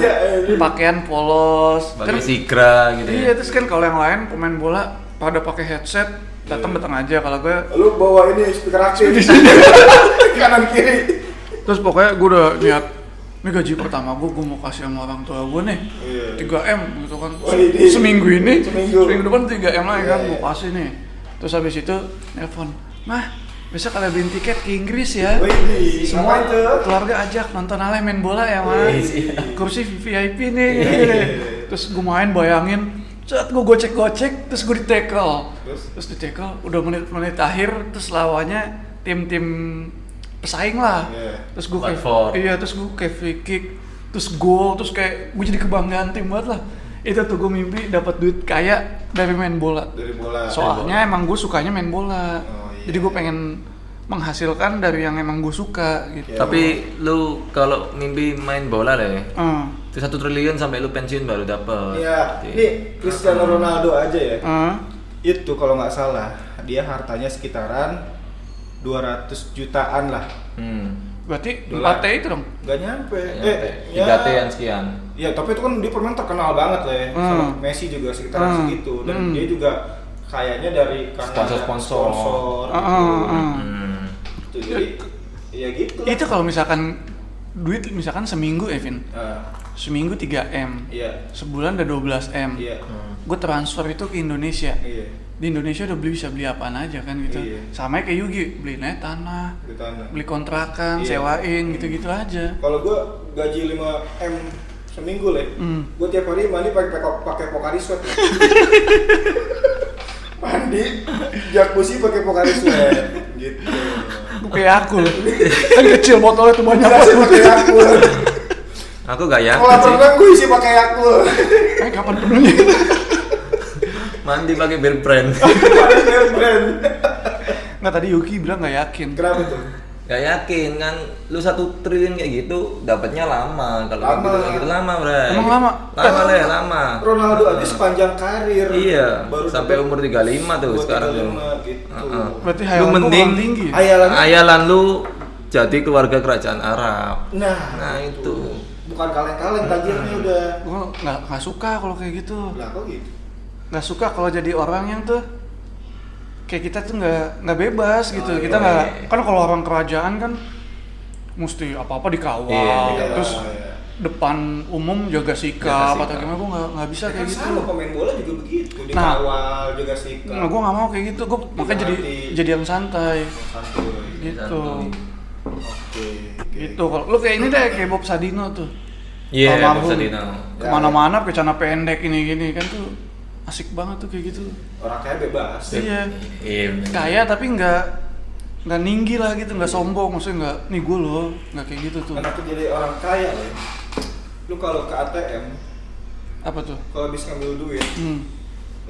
Speaker 1: Iya, iya.
Speaker 2: pakaian polos.
Speaker 3: Bagi
Speaker 2: Kan,
Speaker 3: Sigra gitu
Speaker 2: iya
Speaker 3: ya.
Speaker 2: terus kan kalau yang lain pemain bola pada pakai headset, datang datang
Speaker 3: Iya.
Speaker 2: aja kalau gue.
Speaker 1: Lu bawa ini speaker aktif. Kanan kiri.
Speaker 2: Terus pokoknya gue udah niat ini gaji pertama gue, gue mau kasih sama orang tua gue nih
Speaker 1: Iya.
Speaker 2: 3M gitu kan
Speaker 1: Wah, ini-
Speaker 2: Seminggu ini,
Speaker 1: Seminggu.
Speaker 2: seminggu depan 3M lagi
Speaker 1: Iya,
Speaker 2: kan, gue
Speaker 1: iya.
Speaker 2: kasih nih Terus habis itu, nelpon Mah, besok ada beli tiket ke Inggris ya
Speaker 1: Wih, ini,
Speaker 2: Semua
Speaker 1: Oh, iya, ngapain tuh?
Speaker 2: keluarga ajak nonton Ale main bola ya mas
Speaker 1: Wih.
Speaker 2: Kursi VIP nih
Speaker 1: Iya, iya, iya.
Speaker 2: Terus gue main bayangin Cet, gue gocek-gocek, terus gue ditekel
Speaker 1: Terus?
Speaker 2: Terus ditekel, udah menit-menit akhir Terus lawannya tim-tim pesaing lah
Speaker 1: Iya.
Speaker 2: Terus gue
Speaker 3: Empat for.
Speaker 2: Iya, terus gue kayak free kick Terus gol, terus kayak gue jadi kebanggaan tim banget lah Itu tuh gue mimpi dapat duit kaya dari main bola
Speaker 1: Dari bola.
Speaker 2: Soalnya emang gue sukanya main bola
Speaker 1: Oh, iya.
Speaker 2: Jadi gue pengen menghasilkan dari yang emang gue suka gitu
Speaker 1: Iya.
Speaker 3: Tapi lu kalau mimpi main bola lah ya.
Speaker 2: Eh,
Speaker 3: Itu satu triliun sampai lu pensiun baru dapat.
Speaker 1: Iya, ini Cristiano Ronaldo aja ya.
Speaker 2: eh,
Speaker 1: Itu kalau nggak salah, dia hartanya sekitaran 200 jutaan lah.
Speaker 3: Hmm.
Speaker 2: Berarti
Speaker 1: Dolar.
Speaker 2: 4T itu dong?
Speaker 1: Gak nyampe. Eh,
Speaker 3: Tiga T yang sekian.
Speaker 1: Iya, tapi itu kan dia pemain terkenal banget lah ya. Sama
Speaker 2: Hmm.
Speaker 1: Messi juga sekitaran
Speaker 2: Hmm.
Speaker 1: segitu dan
Speaker 2: Hmm.
Speaker 1: dia juga kayaknya dari karena
Speaker 3: Sponsor-sponsor.
Speaker 1: ada sponsor
Speaker 2: Ah, ah, ah.
Speaker 3: Hmm.
Speaker 1: gitu. Jadi ya gitu. lah.
Speaker 2: Itu kalau misalkan duit misalkan seminggu Evin
Speaker 1: Nah,
Speaker 2: Seminggu 3M
Speaker 1: Iya.
Speaker 2: Sebulan udah 12M
Speaker 1: Iya.
Speaker 2: Gue transfer itu ke Indonesia
Speaker 1: Iya.
Speaker 2: di Indonesia udah beli bisa beli apaan aja kan gitu
Speaker 1: Iya.
Speaker 2: sama kayak Yugi beli naik tanah
Speaker 1: Di tanah.
Speaker 2: beli kontrakan
Speaker 1: Iya.
Speaker 2: sewain gitu-gitu aja
Speaker 1: Kalau gua gaji 5 M seminggu lah.
Speaker 2: Hmm.
Speaker 1: Gua tiap hari mandi pakai pakai- pakai Pocari Sweat. Le. mandi jacuzzi pakai Pocari Sweat gitu.
Speaker 2: Gua kayak aku loh kan kecil botolnya tuh banyak
Speaker 1: Jelasin
Speaker 2: banget
Speaker 1: pakai Yakult.
Speaker 3: Aku gak
Speaker 1: Kalau
Speaker 3: yakin sih.
Speaker 1: berenang gua isi pakai Yakult.
Speaker 2: eh kapan penuhnya
Speaker 3: Mandi pakai beer brand.
Speaker 1: Pakai brand brand.
Speaker 2: nggak tadi Yuki bilang nggak yakin
Speaker 1: Kenapa tuh?
Speaker 3: gak yakin kan lu satu triliun kayak gitu dapatnya lama kalau kayak
Speaker 1: Lama.
Speaker 3: gitu kayak gitu lama bray
Speaker 2: Emang lama?
Speaker 3: lama le lama
Speaker 1: Ronaldo aja sepanjang karir.
Speaker 3: Nah. iya
Speaker 1: Baru
Speaker 3: sampai
Speaker 1: dapat
Speaker 3: umur 35 tuh
Speaker 1: dua,
Speaker 3: sekarang tuh
Speaker 1: 35 gitu.
Speaker 3: Heeh.
Speaker 2: berarti
Speaker 3: Lu
Speaker 2: hayalan gua
Speaker 3: mending-
Speaker 2: kurang tinggi ya?
Speaker 1: Ayalan.
Speaker 3: Ayalan lu jadi keluarga kerajaan Arab
Speaker 1: Nah,
Speaker 3: nah itu
Speaker 1: bukan kaleng-kaleng tajirnya udah.
Speaker 2: gue nggak nggak suka kalau kayak gitu
Speaker 1: Lah kok gitu?
Speaker 2: nggak suka kalau jadi orang yang tuh kayak kita tuh nggak nggak bebas gitu
Speaker 1: Oh,
Speaker 2: kita
Speaker 1: iya.
Speaker 2: nggak kan kalau orang kerajaan kan mesti apa apa dikawal
Speaker 3: Iya,
Speaker 1: dikawal,
Speaker 2: terus
Speaker 1: iya.
Speaker 2: depan umum jaga sikap
Speaker 3: Jaga
Speaker 2: atau
Speaker 3: sikap.
Speaker 2: gimana gue nggak nggak bisa
Speaker 1: Ya
Speaker 2: kayak
Speaker 1: kan
Speaker 2: gitu
Speaker 1: sama pemain bola juga begitu.
Speaker 2: Nah.
Speaker 1: Dikawal juga sikap.
Speaker 2: nggak gue nggak mau kayak gitu gue makanya jadi
Speaker 1: Hati.
Speaker 2: jadi yang santai
Speaker 1: Santuy.
Speaker 2: gitu
Speaker 3: Santuy.
Speaker 1: Oke. oke.
Speaker 2: gitu kalau lu kayak ini deh kayak Bob Sadino tuh
Speaker 3: iya yeah,
Speaker 2: Almarhum.
Speaker 3: bisa dino
Speaker 2: kemana-mana pakai celana pendek ini gini kan tuh asik banget tuh kayak gitu
Speaker 1: Orang kaya bebas.
Speaker 2: iya
Speaker 3: iya bener.
Speaker 2: kaya tapi nggak nggak ninggi lah gitu nggak sombong maksudnya nggak nih gue loh nggak kayak gitu tuh
Speaker 1: Kenapa jadi orang kaya loh? Lu kalau ke ATM,
Speaker 2: apa tuh
Speaker 1: kalau habis ngambil duit,
Speaker 2: hmm.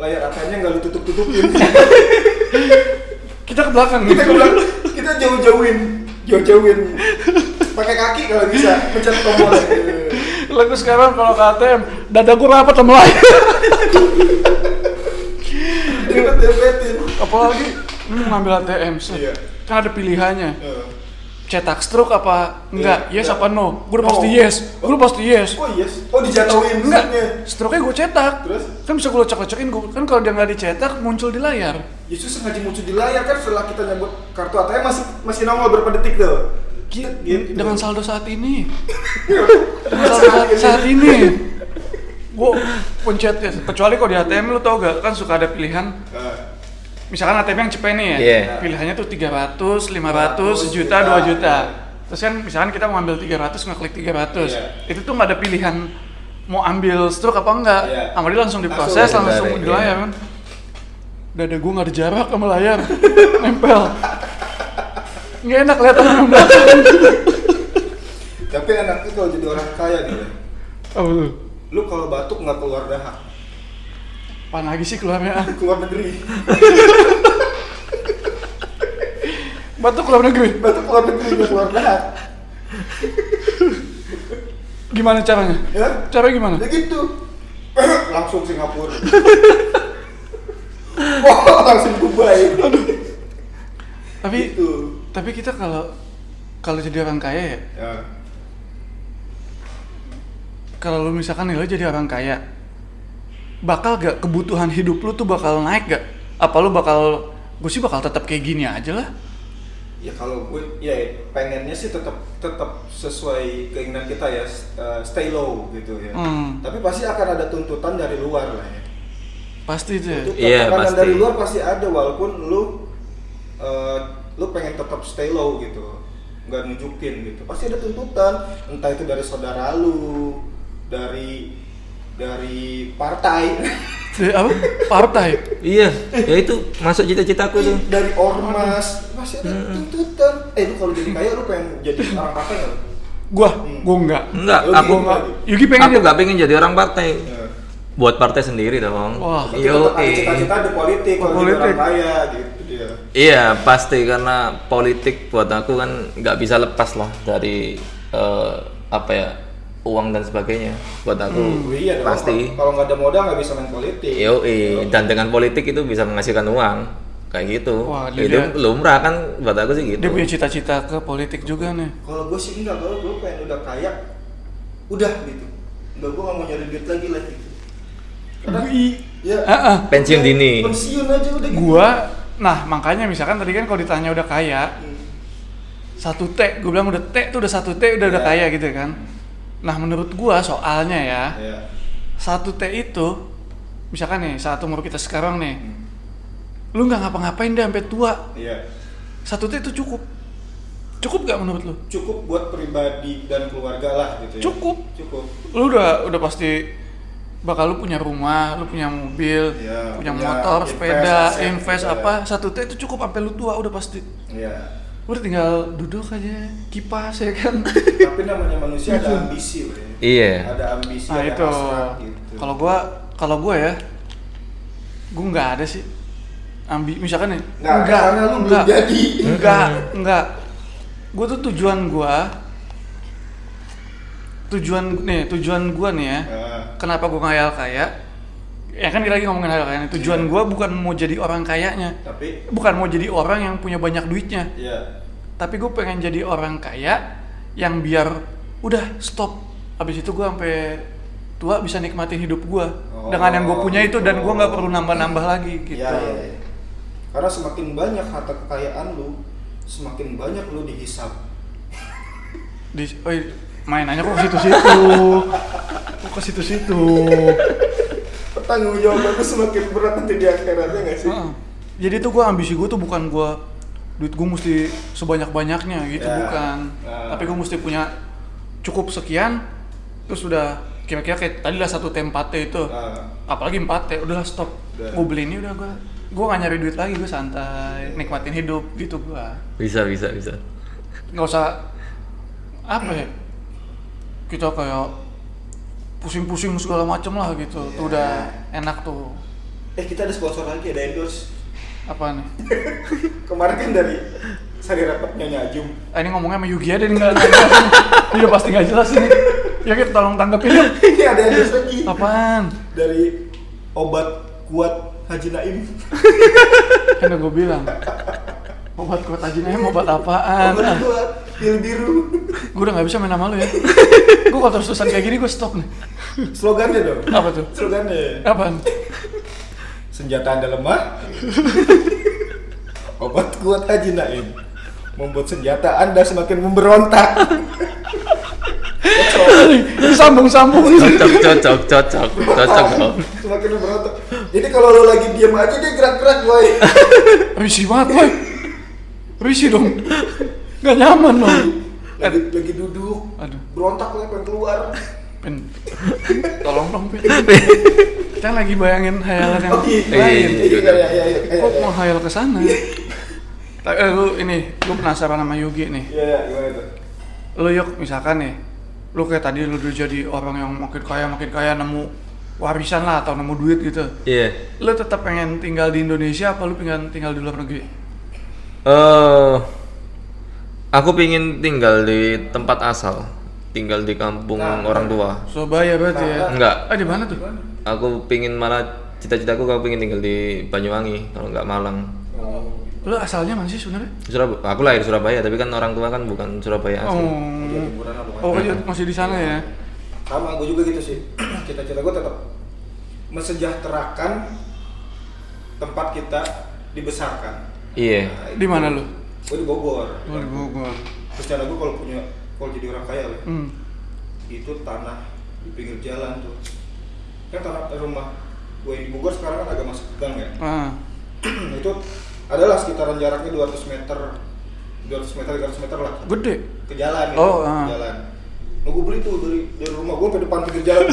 Speaker 1: layar ATM-nya nggak lu tutup-tutupin.
Speaker 2: kita ke belakang
Speaker 1: kita bilang kita jauh-jauhin jauh-jauhin pakai kaki kalau bisa pencet tombol
Speaker 2: lagu sekarang kalau ke ATM dada gue rapat sama lain
Speaker 1: dempet dempetin
Speaker 2: apalagi hmm, ngambil ATM set.
Speaker 1: Iya.
Speaker 2: kan ada pilihannya
Speaker 1: Oh,
Speaker 2: cetak stroke apa enggak
Speaker 1: Iya,
Speaker 2: yes
Speaker 1: iya.
Speaker 2: apa no gue udah
Speaker 1: No.
Speaker 2: pasti yes gue udah pasti yes
Speaker 1: oh yes oh dijatuhin
Speaker 2: enggak
Speaker 1: setnya.
Speaker 2: stroke nya gue cetak
Speaker 1: Terus?
Speaker 2: kan bisa gue lecek-lecekin gua- kan kalau dia nggak dicetak muncul di layar
Speaker 1: justru sengaja muncul di layar kan setelah kita nyambut kartu ATM masih masih nongol berapa detik tuh
Speaker 2: Ki-
Speaker 1: Gitu.
Speaker 2: dengan saldo saat ini dengan saldo saat,
Speaker 1: Iya.
Speaker 2: saat ini gue pencet yes. kecuali kalau di ATM lu tau gak kan suka ada pilihan
Speaker 1: Eh,
Speaker 2: misalkan ATM yang cepet nih ya,
Speaker 3: Iya.
Speaker 2: pilihannya tuh 300, 500,
Speaker 1: 1
Speaker 2: juta,
Speaker 1: juta,
Speaker 2: 2 juta.
Speaker 1: iya.
Speaker 2: Terus kan misalkan kita mau ambil 300, ngeklik 300.
Speaker 1: Iya.
Speaker 2: Itu tuh nggak ada pilihan mau ambil stroke apa enggak.
Speaker 1: Iya.
Speaker 2: Sama dia langsung diproses,
Speaker 3: Langsung.
Speaker 2: langsung,
Speaker 3: Ditarik,
Speaker 2: di layar
Speaker 3: iya.
Speaker 2: kan. Dada gue nggak ada jarak sama layar, nempel. Nggak enak kelihatan orang belakang.
Speaker 1: tapi enaknya kalau jadi orang kaya nih Le.
Speaker 2: Apa tuh?
Speaker 1: lu kalau batuk nggak keluar dahak
Speaker 2: Kapan lagi sih keluarnya? Ah,
Speaker 1: keluar negeri
Speaker 2: Batuk keluar negeri.
Speaker 1: batu keluar negeri gak keluar negara
Speaker 2: Gimana caranya?
Speaker 1: ya
Speaker 2: Caranya gimana?
Speaker 1: ya gitu langsung Singapura wah langsung Dubai
Speaker 2: Tapi
Speaker 1: gitu
Speaker 2: tapi kita kalau kalau jadi orang kaya ya,
Speaker 1: ya
Speaker 2: kalau lu misalkan nih lu jadi orang kaya, bakal gak kebutuhan hidup lu tuh bakal naik gak? Apa lu bakal gue sih bakal tetap kayak gini aja lah.
Speaker 1: ya kalau gue ya pengennya sih tetap tetap sesuai keinginan kita ya s- uh, stay low gitu ya
Speaker 2: Hmm.
Speaker 1: tapi pasti akan ada tuntutan dari luar lah ya
Speaker 2: Pasti itu. ya.
Speaker 1: Tuntutan
Speaker 3: Iya,
Speaker 1: tekanan
Speaker 3: pasti.
Speaker 1: dari luar pasti ada walaupun lu uh, lu pengen tetap stay low gitu nggak nunjukin gitu pasti ada tuntutan entah itu dari saudara lu dari dari partai
Speaker 2: Dari Eh, apa? Partai.
Speaker 3: Iya, ya itu masuk cita-citaku tuh.
Speaker 1: dari ormas pasti ada
Speaker 3: Hmm.
Speaker 1: tuntutan eh lu kalau jadi kaya lu pengen jadi orang partai nggak lu?
Speaker 2: Gua, gua enggak.
Speaker 3: Enggak,
Speaker 1: Lu
Speaker 3: aku
Speaker 1: gitu lagi.
Speaker 2: Yugi pengen
Speaker 3: aku
Speaker 2: dia-
Speaker 3: nggak pengen jadi orang partai.
Speaker 1: Ya.
Speaker 3: Buat partai sendiri dong.
Speaker 2: Wah,
Speaker 1: Berarti
Speaker 3: Yo, eh,
Speaker 1: tetap ada cita-cita di politik, kalau jadi
Speaker 2: Politik.
Speaker 1: orang kaya gitu dia.
Speaker 3: Iya pasti karena politik buat aku kan nggak bisa lepas lah dari eh, apa ya uang dan sebagainya buat aku
Speaker 2: Hmm,
Speaker 1: Iya dong,
Speaker 3: Hmm. pasti.
Speaker 1: kalau- Kalau nggak ada modal nggak bisa main politik.
Speaker 3: Yo eh, dan dengan politik itu bisa menghasilkan uang kayak gitu.
Speaker 2: Wah, dia-
Speaker 3: itu
Speaker 2: dia-
Speaker 3: lumrah kan buat aku sih
Speaker 2: Dia
Speaker 3: gitu.
Speaker 2: punya cita-cita ke politik juga nih.
Speaker 1: Kalau gue sih enggak, kalau gue pengen udah kaya, udah gitu. Enggak gue nggak mau nyari duit lagi lah gitu. Karena ya
Speaker 2: Heeh.
Speaker 3: Pensiun
Speaker 1: ya,
Speaker 3: dini.
Speaker 1: Pensiun aja udah gitu.
Speaker 2: Eh, Gua nah makanya misalkan tadi kan kalau ditanya udah kaya
Speaker 1: Hmm.
Speaker 2: satu T, gue bilang udah T tuh udah satu T udah udah
Speaker 1: Ya.
Speaker 2: kaya gitu kan. Nah menurut gua soalnya ya
Speaker 1: Ya.
Speaker 2: satu T itu misalkan nih saat umur kita sekarang nih,
Speaker 1: Hmm.
Speaker 2: lu nggak ngapa-ngapain deh sampai tua
Speaker 1: Iya.
Speaker 2: satu T itu cukup, cukup gak menurut lu?
Speaker 1: Cukup buat pribadi dan keluarga lah gitu ya.
Speaker 2: Cukup.
Speaker 1: Cukup.
Speaker 2: Lu udah udah pasti bakal lu punya rumah, lu punya mobil,
Speaker 1: Ya, punya
Speaker 2: punya, motor,
Speaker 1: invest,
Speaker 2: sepeda,
Speaker 1: aset,
Speaker 2: invest
Speaker 1: ya.
Speaker 2: apa satu T itu cukup sampai lu tua udah pasti.
Speaker 1: Iya.
Speaker 2: udah tinggal duduk aja kipas ya kan
Speaker 1: Tapi namanya manusia ada ambisi, weh.
Speaker 3: Iya.
Speaker 1: Ada ambisi,
Speaker 2: nah
Speaker 1: ada
Speaker 2: itu
Speaker 1: hasrat gitu.
Speaker 2: kalau gua kalau gua ya gua nggak ada sih ambi misalkan nih
Speaker 1: Nggak, karena lu belum
Speaker 2: enggak
Speaker 1: jadi.
Speaker 2: enggak enggak gua tuh tujuan gua tujuan nih tujuan gua nih ya
Speaker 1: Nah.
Speaker 2: kenapa gua ngayal kaya ya kan kita lagi ngomongin hal kaya nih. tujuan gua bukan mau jadi orang kayanya
Speaker 1: tapi
Speaker 2: bukan mau jadi orang yang punya banyak duitnya
Speaker 1: ya
Speaker 2: tapi gue pengen jadi orang kaya yang biar udah stop abis itu gue sampai tua bisa nikmatin hidup gue
Speaker 1: Oh,
Speaker 2: dengan yang gue punya itu dan gue nggak perlu nambah-nambah lagi gitu
Speaker 1: Ya, ya, ya. Karena semakin banyak harta kekayaan lu, semakin banyak lu dihisap.
Speaker 2: Di, oi, mainannya kok ke situ-situ kok ke situ-situ
Speaker 1: Pertanggung jawaban lu semakin berat nanti di akhiratnya nggak sih?
Speaker 2: Heeh. jadi tuh gue ambisi gue tuh bukan gue duit gue mesti sebanyak-banyaknya gitu
Speaker 1: Ya.
Speaker 2: bukan
Speaker 1: Nah.
Speaker 2: tapi gue mesti punya cukup sekian terus udah kira-kira kayak tadi lah satu tempate itu
Speaker 1: Nah,
Speaker 2: apalagi 4 ya udahlah stop
Speaker 1: Udah.
Speaker 2: gue beli ini udah gue gue gak nyari duit lagi gue santai nikmatin hidup gitu gue
Speaker 3: Bisa bisa bisa.
Speaker 2: nggak usah apa ya kita kayak pusing-pusing segala macem lah gitu tuh
Speaker 1: Iya.
Speaker 2: udah enak tuh
Speaker 1: eh kita ada sponsor lagi, ada endorse.
Speaker 2: apa nih
Speaker 1: Kemarin kan dari sari rapat nyonya Ajum.
Speaker 2: ah, ini ngomongnya sama Yugi aja nih nggak jelas ini udah pasti nggak jelas ini ya kita tolong tanggepin yuk.
Speaker 1: Ini ada endorse lagi
Speaker 2: apaan
Speaker 1: dari obat kuat Haji Naim.
Speaker 2: kan udah gue bilang obat kuat aja nih obat apaan
Speaker 1: Obat
Speaker 2: Ah.
Speaker 1: kuat pil biru.
Speaker 2: gue udah nggak bisa main sama lu ya gue kalau terus-terusan kayak gini gue stop nih
Speaker 1: Slogannya dong.
Speaker 2: apa tuh
Speaker 1: Slogannya
Speaker 2: apaan
Speaker 1: senjata anda lemah. obat kuat Haji Naim membuat senjata anda semakin memberontak.
Speaker 2: sambung-sambung
Speaker 3: Cocok cocok cocok cocok. dong.
Speaker 1: Semakin lu berontak. Jadi kalau lo lagi diam aja dia gerak-gerak, boy.
Speaker 2: risih banget woy risih dong gak nyaman dong
Speaker 1: Lagi, lagi duduk,
Speaker 2: aduh
Speaker 1: berontak lah pengen keluar.
Speaker 2: pen tolong dong pen kita lagi bayangin hayalan yang
Speaker 1: Oke.
Speaker 2: lain
Speaker 1: Iya, iya, iya, iya, iya, iya.
Speaker 2: kok mau hayal ke sana Tapi, eh, lu ini lu penasaran sama Yugi nih
Speaker 1: Iya, iya, gimana tuh?
Speaker 2: lu yuk misalkan nih lu kayak tadi lu udah jadi orang yang makin kaya makin kaya nemu warisan lah atau nemu duit gitu
Speaker 3: Iya.
Speaker 2: lo tetap pengen tinggal di Indonesia apa lo pengen tinggal di luar negeri
Speaker 3: Eh, aku pingin tinggal di tempat asal, tinggal di kampung
Speaker 1: Nah,
Speaker 3: orang tua.
Speaker 2: Surabaya berarti ya ah
Speaker 3: Enggak.
Speaker 2: di mana tuh
Speaker 3: Aku pingin malah cita-citaku aku pingin tinggal di Banyuwangi, kalau nggak Malang.
Speaker 1: Oh,
Speaker 2: lo asalnya mana sih sebenarnya
Speaker 3: Surabaya, aku lahir Surabaya, tapi kan orang tua kan bukan Surabaya asli.
Speaker 1: dia
Speaker 2: oh
Speaker 1: liburan apa
Speaker 2: oh iya, masih di sana ya
Speaker 1: sama gue juga gitu sih cita-cita gue tetap mensejahterakan tempat kita dibesarkan
Speaker 3: Iya.
Speaker 2: di mana lo
Speaker 1: gue di Bogor
Speaker 2: Lo di Bogor
Speaker 1: secara gue kalau punya kalau jadi orang kaya lah
Speaker 2: hmm.
Speaker 1: itu tanah di pinggir jalan tuh kan tanah rumah gue yang di Bogor sekarang kan agak masuk ke gang ya
Speaker 2: ah
Speaker 1: itu adalah sekitaran jaraknya 200 meter 200 meter 300 meter lah
Speaker 2: gede
Speaker 1: ke jalan gitu,
Speaker 2: Oh, ah.
Speaker 1: ke jalan Nah, gue beli tuh dari dari rumah gue ke depan pinggir jalan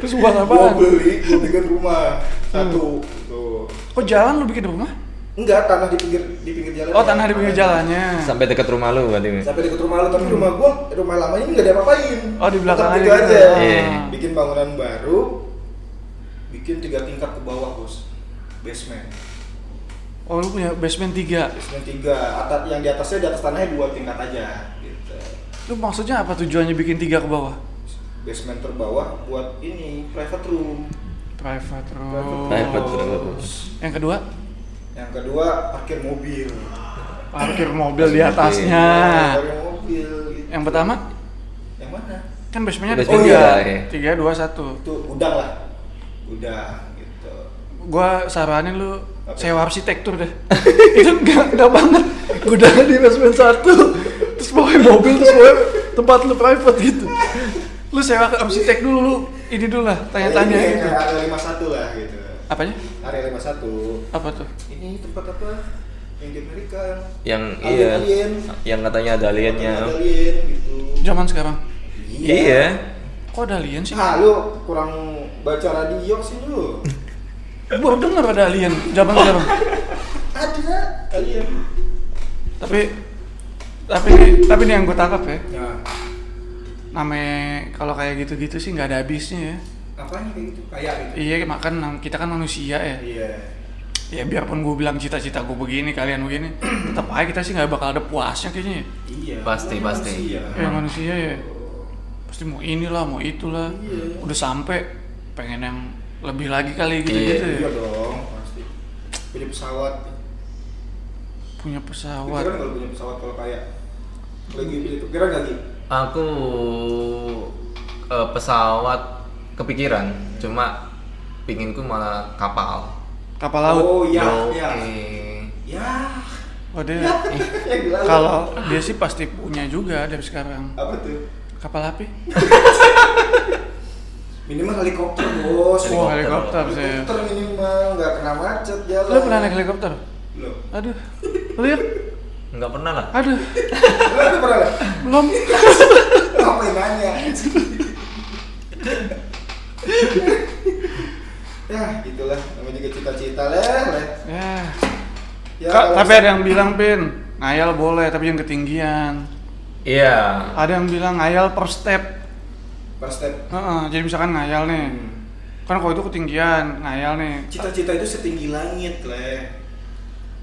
Speaker 2: terus buat
Speaker 1: gue
Speaker 2: apaan Hmm.
Speaker 1: beli gue bikin rumah satu tuh
Speaker 2: kok jalan lo bikin rumah
Speaker 1: enggak tanah di pinggir di pinggir jalan
Speaker 2: oh tanah di pinggir jalannya
Speaker 3: Sampai dekat rumah lu berarti.
Speaker 1: sampai deket rumah lu tapi rumah gua rumah lamanya ini nggak ada apa-apain
Speaker 2: Oh, di belakang
Speaker 1: Tetap
Speaker 2: aja
Speaker 1: gitu
Speaker 2: gitu.
Speaker 1: aja
Speaker 3: Iya.
Speaker 1: bikin bangunan baru bikin tiga tingkat ke bawah bos basement
Speaker 2: oh lo punya basement tiga
Speaker 1: basement tiga atas yang di atasnya di atas tanahnya dua tingkat aja gitu
Speaker 2: Lu maksudnya apa tujuannya bikin tiga ke bawah?
Speaker 1: basement terbawah buat ini private room
Speaker 2: Private room.
Speaker 1: room.
Speaker 3: Private room.
Speaker 2: Yang kedua,
Speaker 1: yang kedua parkir mobil
Speaker 2: parkir mobil di atasnya.
Speaker 1: parkir mobil gitu.
Speaker 2: Nah. Yang pertama,
Speaker 1: yang mana
Speaker 2: kan basementnya ada
Speaker 3: Basement
Speaker 2: tiga.
Speaker 3: tiga, iya.
Speaker 2: Tiga, dua, satu.
Speaker 1: itu gudang lah gudang gitu
Speaker 2: Gua saranin lu
Speaker 1: Apa?
Speaker 2: sewa arsitektur deh. Itu enggak, enggak banget. Gudangnya di basement satu, terus bawa mobil, terus bawa tempat lu private gitu. Lu sewa ke arsitek dulu, lu ini dulu lah, tanya-tanya
Speaker 1: Kayak
Speaker 2: gitu.
Speaker 1: Iya, area 51 lah gitu
Speaker 2: Apanya?
Speaker 1: area 51
Speaker 2: Apa tuh?
Speaker 1: ini tempat apa yang di Amerika
Speaker 3: Yang
Speaker 1: Alien,
Speaker 3: iya.
Speaker 1: alien.
Speaker 3: Yang katanya ada
Speaker 2: Ya, iya,
Speaker 3: aliennya.
Speaker 1: Ada alien gitu
Speaker 2: Zaman sekarang.
Speaker 3: Iya.
Speaker 2: Kok ada alien sih?
Speaker 1: ah lu kurang baca radio sih lu
Speaker 2: Baru denger ada alien zaman sekarang.
Speaker 1: ada
Speaker 2: Iya.
Speaker 1: alien
Speaker 2: tapi tapi tapi nih yang gue tangkap ya
Speaker 1: nah
Speaker 2: namanya kalau kayak gitu-gitu sih nggak ada habisnya ya
Speaker 1: apa kayak gitu kayak gitu
Speaker 2: iya makan nam- kita kan manusia ya
Speaker 1: iya
Speaker 2: ya biarpun gue bilang cita-cita gue begini kalian begini tetap aja kita sih nggak bakal ada puasnya kayaknya ya.
Speaker 1: iya
Speaker 3: Pasti,
Speaker 1: Namanya
Speaker 3: pasti.
Speaker 1: manusia.
Speaker 2: ya manusia ya pasti mau inilah mau itulah
Speaker 1: Iya.
Speaker 2: udah sampai pengen yang lebih lagi kali
Speaker 1: iya
Speaker 2: gitu-gitu ya.
Speaker 1: dong pasti punya pesawat
Speaker 2: punya
Speaker 1: pikiran
Speaker 2: pesawat
Speaker 1: kalau punya pesawat kalau kayak lagi punya pikiran lagi
Speaker 3: Aku eh, pesawat kepikiran, cuma pinginku malah kapal.
Speaker 2: kapal laut
Speaker 1: oh iya
Speaker 3: Yo,
Speaker 1: iya
Speaker 3: eh.
Speaker 1: ya
Speaker 2: oh dia
Speaker 1: yang di laut.
Speaker 2: kalau dia sih pasti punya juga dari sekarang
Speaker 1: apa tuh
Speaker 2: kapal api
Speaker 1: minimal helikopter bos
Speaker 2: Wah, Oh, helikopter sih
Speaker 1: Helikopter minimal nggak kena macet jalan.
Speaker 2: Lo pernah naik helikopter?
Speaker 1: Belum.
Speaker 2: Aduh. Lihat.
Speaker 3: Nggak pernah lah.
Speaker 2: Aduh.
Speaker 1: Lo udah pernah nggak?
Speaker 2: Belum.
Speaker 1: Lo Apa yang nanya? ya, gitulah namanya juga cita-cita lah. lah.
Speaker 2: Ya.
Speaker 1: Ya,
Speaker 2: Kak,
Speaker 1: kalau
Speaker 2: tapi
Speaker 1: saya-
Speaker 2: ada yang bilang, Pin, ngayal boleh tapi yang ketinggian.
Speaker 3: Iya.
Speaker 2: Ada yang bilang ngayal per step.
Speaker 1: per step.
Speaker 2: Heeh, jadi misalkan ngayal nih. Kan kalau itu ketinggian, ngayal nih.
Speaker 1: Cita-cita itu setinggi langit, leh.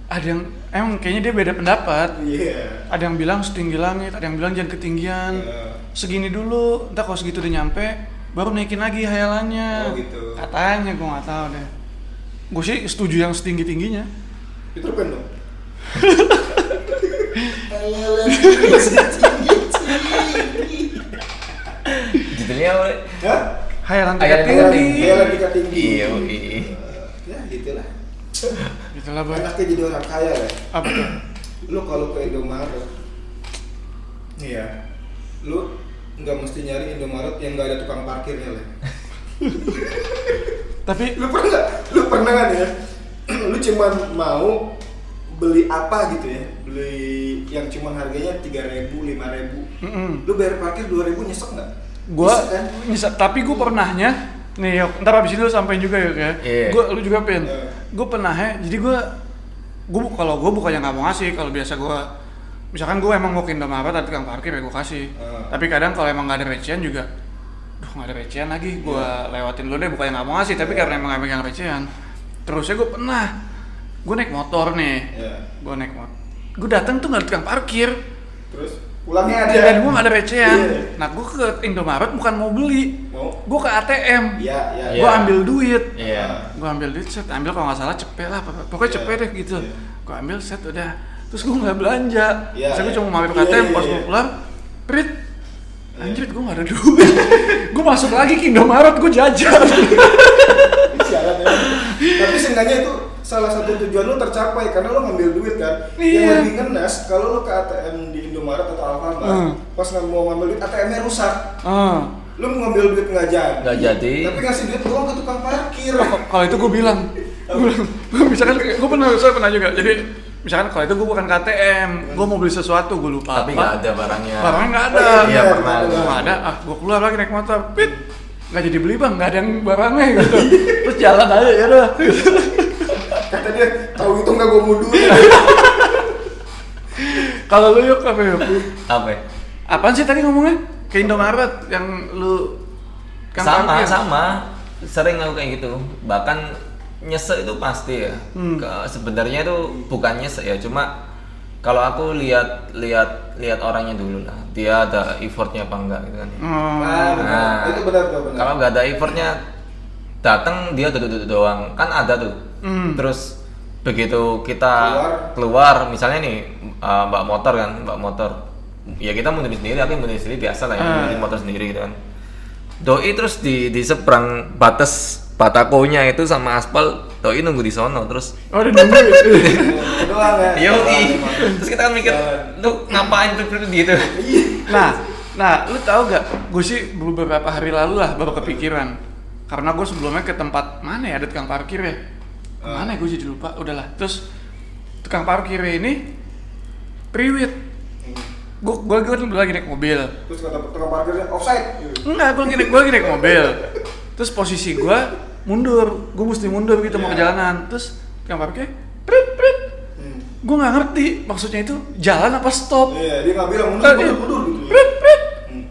Speaker 2: Ada yang emang kayaknya dia beda pendapat.
Speaker 1: Iya.
Speaker 2: Ada yang bilang setinggi langit, ada yang bilang jangan ketinggian.
Speaker 1: Ya.
Speaker 2: Segini dulu, entar kalau segitu udah nyampe, baru naikin lagi hayalannya.
Speaker 1: Oh, gitu.
Speaker 2: Katanya gua nggak tahu deh. Gue sih setuju yang setinggi-tingginya.
Speaker 1: Peter Pan dong. Hayalan itu setinggi-tinggi.
Speaker 3: Judulnya apa? Le?
Speaker 1: Hah?
Speaker 2: Hayalan
Speaker 3: Hayalan
Speaker 2: tingkat
Speaker 1: Hayalan
Speaker 2: tinggi.
Speaker 1: hayalan tingkat tinggi.
Speaker 3: Iya, iya.
Speaker 1: Ya, gitulah.
Speaker 2: Itulah Boy.
Speaker 1: Enaknya jadi orang kaya ya.
Speaker 2: Gitu Apa tuh?
Speaker 1: Lu kalau ke Indomaret. Iya. Lu nggak mesti nyari Indomaret yang nggak ada tukang parkirnya lah.
Speaker 2: Tapi
Speaker 1: Lu pernah nggak? Lu pernah kan ya? Lu cuman mau beli apa gitu ya? Beli yang cuman harganya 3000, 5000.
Speaker 2: mm-mm.
Speaker 1: Lu bayar parkir 2000 nyesek nggak?
Speaker 2: gua
Speaker 1: Nyesek kan?
Speaker 2: nyesek, tapi gua pernahnya nih yuk, ntar abis ini lu sampein juga yuk ya.
Speaker 3: Iya.
Speaker 2: Gua lu juga pin.
Speaker 1: Iya.
Speaker 2: Gua pernahnya jadi gua gua bu- kalau gua bukannya nggak mau ngasih kalau biasa gua misalkan gua emang mau ke Indomaret ada tukang parkir ya gua kasih.
Speaker 1: Ah.
Speaker 2: Tapi kadang kalau emang nggak ada recehan juga duh nggak ada recehan
Speaker 1: Iya.
Speaker 2: lagi gue lewatin dulu deh bukannya nggak mau ngasih tapi karena emang nggak megang recehan terusnya gue pernah gue naik motor nih
Speaker 1: Iya.
Speaker 2: gue naik motor gue datang tuh nggak ada tukang parkir
Speaker 1: Terus pulangnya ada. ya?
Speaker 2: dan gue gak ada recehan
Speaker 1: Iya.
Speaker 2: nah gue ke Indomaret bukan mau beli
Speaker 1: Mau?
Speaker 2: gue ke ATM
Speaker 1: Iya, iya.
Speaker 3: Iya.
Speaker 2: gue ambil duit
Speaker 3: Iya.
Speaker 2: gue ambil duit set ambil kalau nggak salah cepet lah apa-
Speaker 1: Iya.
Speaker 2: pokoknya cepet deh gitu
Speaker 1: Iya.
Speaker 2: gue ambil set udah terus gue nggak belanja
Speaker 1: Iya,
Speaker 2: saya
Speaker 1: iya.
Speaker 2: gue cuma mampir ke
Speaker 1: Iya,
Speaker 2: ATM
Speaker 1: iya,
Speaker 2: pas gue
Speaker 1: iya.
Speaker 2: pulang prit anjir gue gak ada duit gue masuk lagi ke Indomaret gue jajan
Speaker 1: Sialan ya. Tapi seenggaknya itu salah satu tujuan lo tercapai karena lo ngambil duit kan. Yang
Speaker 2: Iya.
Speaker 1: lebih ngenes kalau lo ke ATM di Indomaret atau Alfamart,
Speaker 2: Hmm.
Speaker 1: pas nggak mau ngambil duit ATM-nya rusak.
Speaker 2: Ah.
Speaker 1: Lo mau ngambil duit nggak jadi.
Speaker 3: Nggak jadi.
Speaker 1: Tapi ngasih duit doang ke tukang parkir.
Speaker 2: kalau itu gue bilang gue bilang, misalkan gue pernah saya pernah juga jadi misalkan kalau itu gue bukan KTM gue mau beli sesuatu gue lupa
Speaker 3: Tapi
Speaker 2: apa.
Speaker 3: nggak ada barangnya.
Speaker 2: barangnya nggak ada
Speaker 1: Oh,
Speaker 3: Iya pernah.
Speaker 1: Iya.
Speaker 2: nggak ada ah gue keluar lagi naik motor pit nggak jadi beli bang nggak ada yang barangnya gitu terus jalan aja ya udah
Speaker 1: Kata dia, tahu itu nggak gue mundurin.
Speaker 3: Iya.
Speaker 2: kalau lu yuk apa yuk
Speaker 3: Apa? ya?
Speaker 2: apaan sih tadi ngomongnya ke Indomaret yang lu kan
Speaker 3: sama
Speaker 2: parkir.
Speaker 3: sama sering aku kayak gitu bahkan nyesek itu pasti ya
Speaker 2: Hmm.
Speaker 3: Ke- sebenarnya itu bukan nyesek ya cuma kalau aku lihat lihat lihat orangnya dulu lah dia ada effortnya apa enggak gitu kan ya.
Speaker 2: Hmm.
Speaker 1: Nah, benar. itu benar tuh benar.
Speaker 3: kalau nggak ada effortnya datang dia duduk duduk doang kan ada tuh
Speaker 2: Hmm.
Speaker 3: terus begitu kita keluar, misalnya nih uh, mbak motor kan mbak motor ya kita mundur sendiri aku yang mundur sendiri biasa lah ya
Speaker 2: Ah.
Speaker 3: mundur motor sendiri gitu kan doi terus di di seberang batas batakonya itu sama aspal doi nunggu di sono terus
Speaker 2: oh udah nungguin
Speaker 1: Itu doang ya.
Speaker 3: yo
Speaker 1: Emang.
Speaker 3: terus kita kan mikir lu ngapain tuh tuh, gitu
Speaker 2: nah nah lu tahu gak gue sih beberapa hari lalu lah baru kepikiran karena gue sebelumnya ke tempat mana ya ada tukang parkir ya mana ya gue jadi lupa udahlah terus tukang parkirnya ini priwit gue gue gue lagi naik mobil
Speaker 1: Terus kata tukang parkirnya offside. gitu.
Speaker 3: Hmm.
Speaker 2: enggak gue lagi naik gue lagi naik mobil terus posisi gue mundur gue mesti mundur gitu mau ke
Speaker 1: Iya.
Speaker 2: jalanan terus tukang parkir prit prit
Speaker 1: Hmm.
Speaker 2: gue nggak ngerti maksudnya itu jalan apa stop
Speaker 1: Iya, dia nggak bilang mundur,
Speaker 2: Tadi,
Speaker 1: mundur, mundur gitu.
Speaker 2: Prit, prit.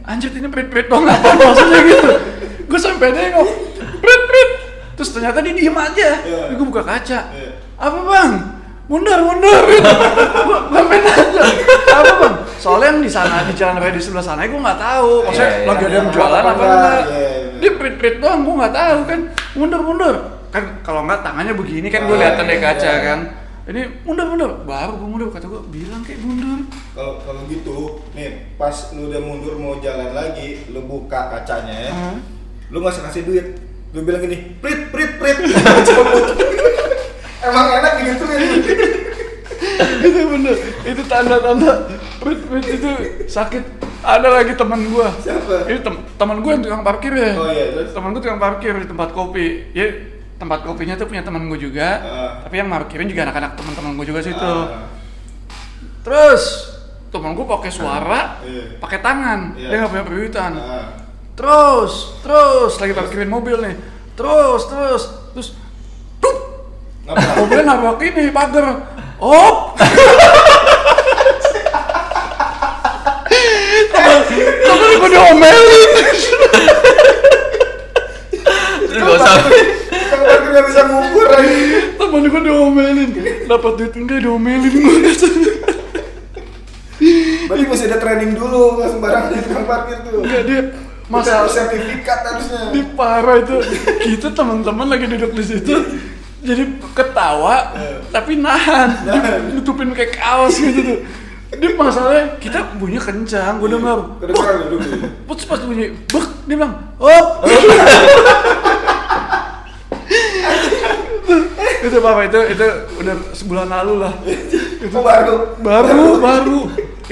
Speaker 2: Anjir ini prit prit dong apa maksudnya gitu. Gue sampai nengok. Prit prit. Terus ternyata dia diem aja.
Speaker 1: Iya.
Speaker 2: Gue buka kaca.
Speaker 1: Iya.
Speaker 2: Apa bang? Mundur mundur. gue main aja. Apa bang? Soalnya yang di sana di jalan raya di sebelah sana gue nggak tahu. Maksudnya
Speaker 3: Iya, iya,
Speaker 2: lagi ada
Speaker 1: iya.
Speaker 2: yang jualan apa
Speaker 1: Iya,
Speaker 2: enggak.
Speaker 1: iya, iya.
Speaker 2: Dia prit prit doang gue nggak tahu kan. Mundur mundur. Kan kalau nggak tangannya begini kan gue
Speaker 1: Ah,
Speaker 2: liatan dari
Speaker 1: iya,
Speaker 2: kaca
Speaker 1: iya.
Speaker 2: kan. Ini mundur mundur. Baru gue mundur kata gue bilang kayak mundur.
Speaker 1: Kalau kalau gitu, nih pas lu udah mundur mau jalan lagi, lu buka kacanya ya.
Speaker 2: Hmm.
Speaker 1: Lu nggak usah kasih duit. Lu bilang gini, prit prit prit. Cabut. Emang enak gitu ya.
Speaker 2: itu bener itu tanda-tanda prit prit itu sakit ada lagi teman gua
Speaker 1: Siapa?
Speaker 2: ini tem teman gua yang tukang parkir ya
Speaker 1: Oh, iya, terus?
Speaker 2: teman gua tukang parkir di tempat kopi ya tempat kopinya tuh punya teman gua juga
Speaker 1: Ah.
Speaker 2: tapi yang parkirin juga anak-anak teman-teman gua juga situ
Speaker 1: Ah,
Speaker 2: terus teman gua pakai suara
Speaker 1: Iya.
Speaker 2: pakai tangan
Speaker 1: Iya.
Speaker 2: dia nggak punya perwitan
Speaker 1: ah.
Speaker 2: terus terus lagi parkirin mobil nih terus terus terus
Speaker 1: Ngapa?
Speaker 2: mobilnya nabrak ini pagar op temen gue diomelin
Speaker 3: terus gak usah
Speaker 1: Tukang parkir nggak bisa ngukur lagi.
Speaker 2: temen gue diomelin dapat duit enggak diomelin gue
Speaker 1: Berarti mesti ada training dulu nggak sembarang di tukang parkir tuh.
Speaker 2: enggak dia
Speaker 1: Mas
Speaker 2: masa
Speaker 1: harus sertifikat harusnya.
Speaker 2: di parah itu kita teman-teman lagi duduk di situ jadi ketawa tapi nahan Dia nutupin kayak kaos gitu tuh dia masalahnya kita bunyi kencang gue dengar
Speaker 1: Terus
Speaker 2: Bek!
Speaker 1: orang duduk dulu.
Speaker 2: Putus pas bunyi, bek, dia bilang, "Oh." op. itu apa itu itu udah sebulan lalu lah
Speaker 1: Itu Oh, baru.
Speaker 2: baru baru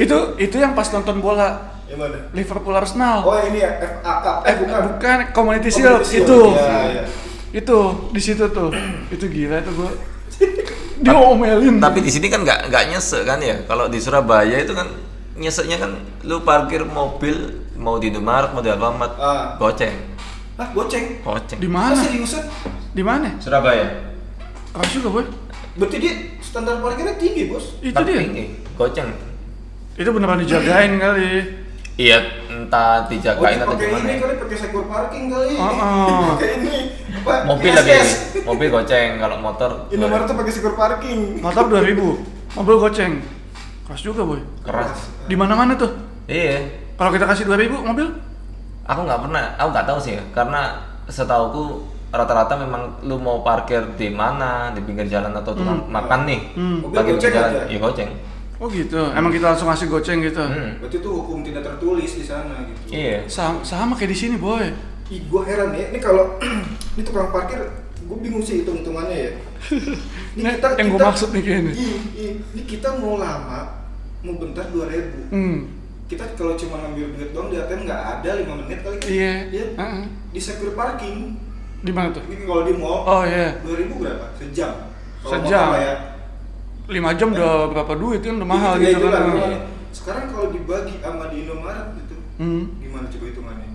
Speaker 2: itu itu yang pas nonton bola
Speaker 1: Yang mana?
Speaker 2: Liverpool Arsenal
Speaker 1: Oh ini ya FA Cup. Eh
Speaker 2: eh
Speaker 1: bukan.
Speaker 2: bukan Oh, Community Shield
Speaker 1: Community Shield,
Speaker 2: itu
Speaker 1: iya, iya.
Speaker 2: itu di situ tuh itu gila tuh gua dia omelin
Speaker 3: tapi di sini kan nggak nggak nyesek kan ya kalau di Surabaya itu kan nyeseknya kan lu parkir mobil mau di Indomaret mau di Alfamart
Speaker 1: Ah.
Speaker 3: goceng
Speaker 1: Hah goceng.
Speaker 3: goceng
Speaker 2: di
Speaker 1: Ah
Speaker 2: mana
Speaker 1: seriusan?
Speaker 2: di mana
Speaker 3: Surabaya
Speaker 2: keras juga boy
Speaker 1: Berarti dia standar parkirnya tinggi bos.
Speaker 2: itu
Speaker 3: Tapi
Speaker 2: dia
Speaker 3: ini, goceng
Speaker 2: itu beneran dijagain kali
Speaker 3: iya
Speaker 1: Oh,
Speaker 3: entah dijagain
Speaker 1: dia
Speaker 3: atau
Speaker 1: pakai
Speaker 3: gimana
Speaker 1: ini
Speaker 3: ya.
Speaker 1: kali pakai sektor parking kali.
Speaker 2: Oh, oh.
Speaker 1: Pakai ini. Apa?
Speaker 3: mobil lagi mobil goceng kalau motor
Speaker 1: Indomaret tuh pakai sektor parking.
Speaker 2: Motor 2000, mobil goceng. Keras juga, Boy.
Speaker 3: keras
Speaker 2: Di mana-mana tuh.
Speaker 3: iya
Speaker 2: Kalau kita kasih 2000 mobil?
Speaker 3: aku nggak pernah aku nggak tahu sih ya, karena setauku rata-rata memang lu mau parkir di mana di pinggir jalan atau tukang makan nih
Speaker 2: Hmm.
Speaker 1: Mobil
Speaker 3: Parkir pinggir
Speaker 1: goceng
Speaker 3: jalan
Speaker 1: aja.
Speaker 3: ya goceng
Speaker 2: Oh gitu. Emang kita langsung kasih goceng gitu.
Speaker 3: Hmm.
Speaker 1: Berarti itu hukum tidak tertulis di sana gitu.
Speaker 3: iya
Speaker 2: Sama, sama kayak di sini, Boy.
Speaker 1: Ih, gua heran ya. Ini kalau ini tukang parkir, gua bingung sih hitung-hitungannya ya.
Speaker 2: Ini yang gua maksud nih kayaknya.
Speaker 1: Ih, ih, ini kita mau lama, mau bentar 2000.
Speaker 2: Hmm.
Speaker 1: Kita kalau cuma ngambil duit doang di ATM nggak ada 5 menit kali.
Speaker 2: Iya.
Speaker 1: Dia
Speaker 2: Heeh.
Speaker 1: di secure parking.
Speaker 2: Di mana tuh?
Speaker 1: Ini kalau di mall
Speaker 2: Oh iya.
Speaker 1: 2000 berapa? Sejam. Kalau
Speaker 2: Sejam.
Speaker 1: motor lah ya.
Speaker 2: 5 jam udah berapa duit kan udah mahal
Speaker 1: Iya, iya,
Speaker 2: gitu kan.
Speaker 1: iya. Sekarang kalau dibagi sama di Indomaret gitu,
Speaker 2: Hmm.
Speaker 1: gimana coba hitungannya?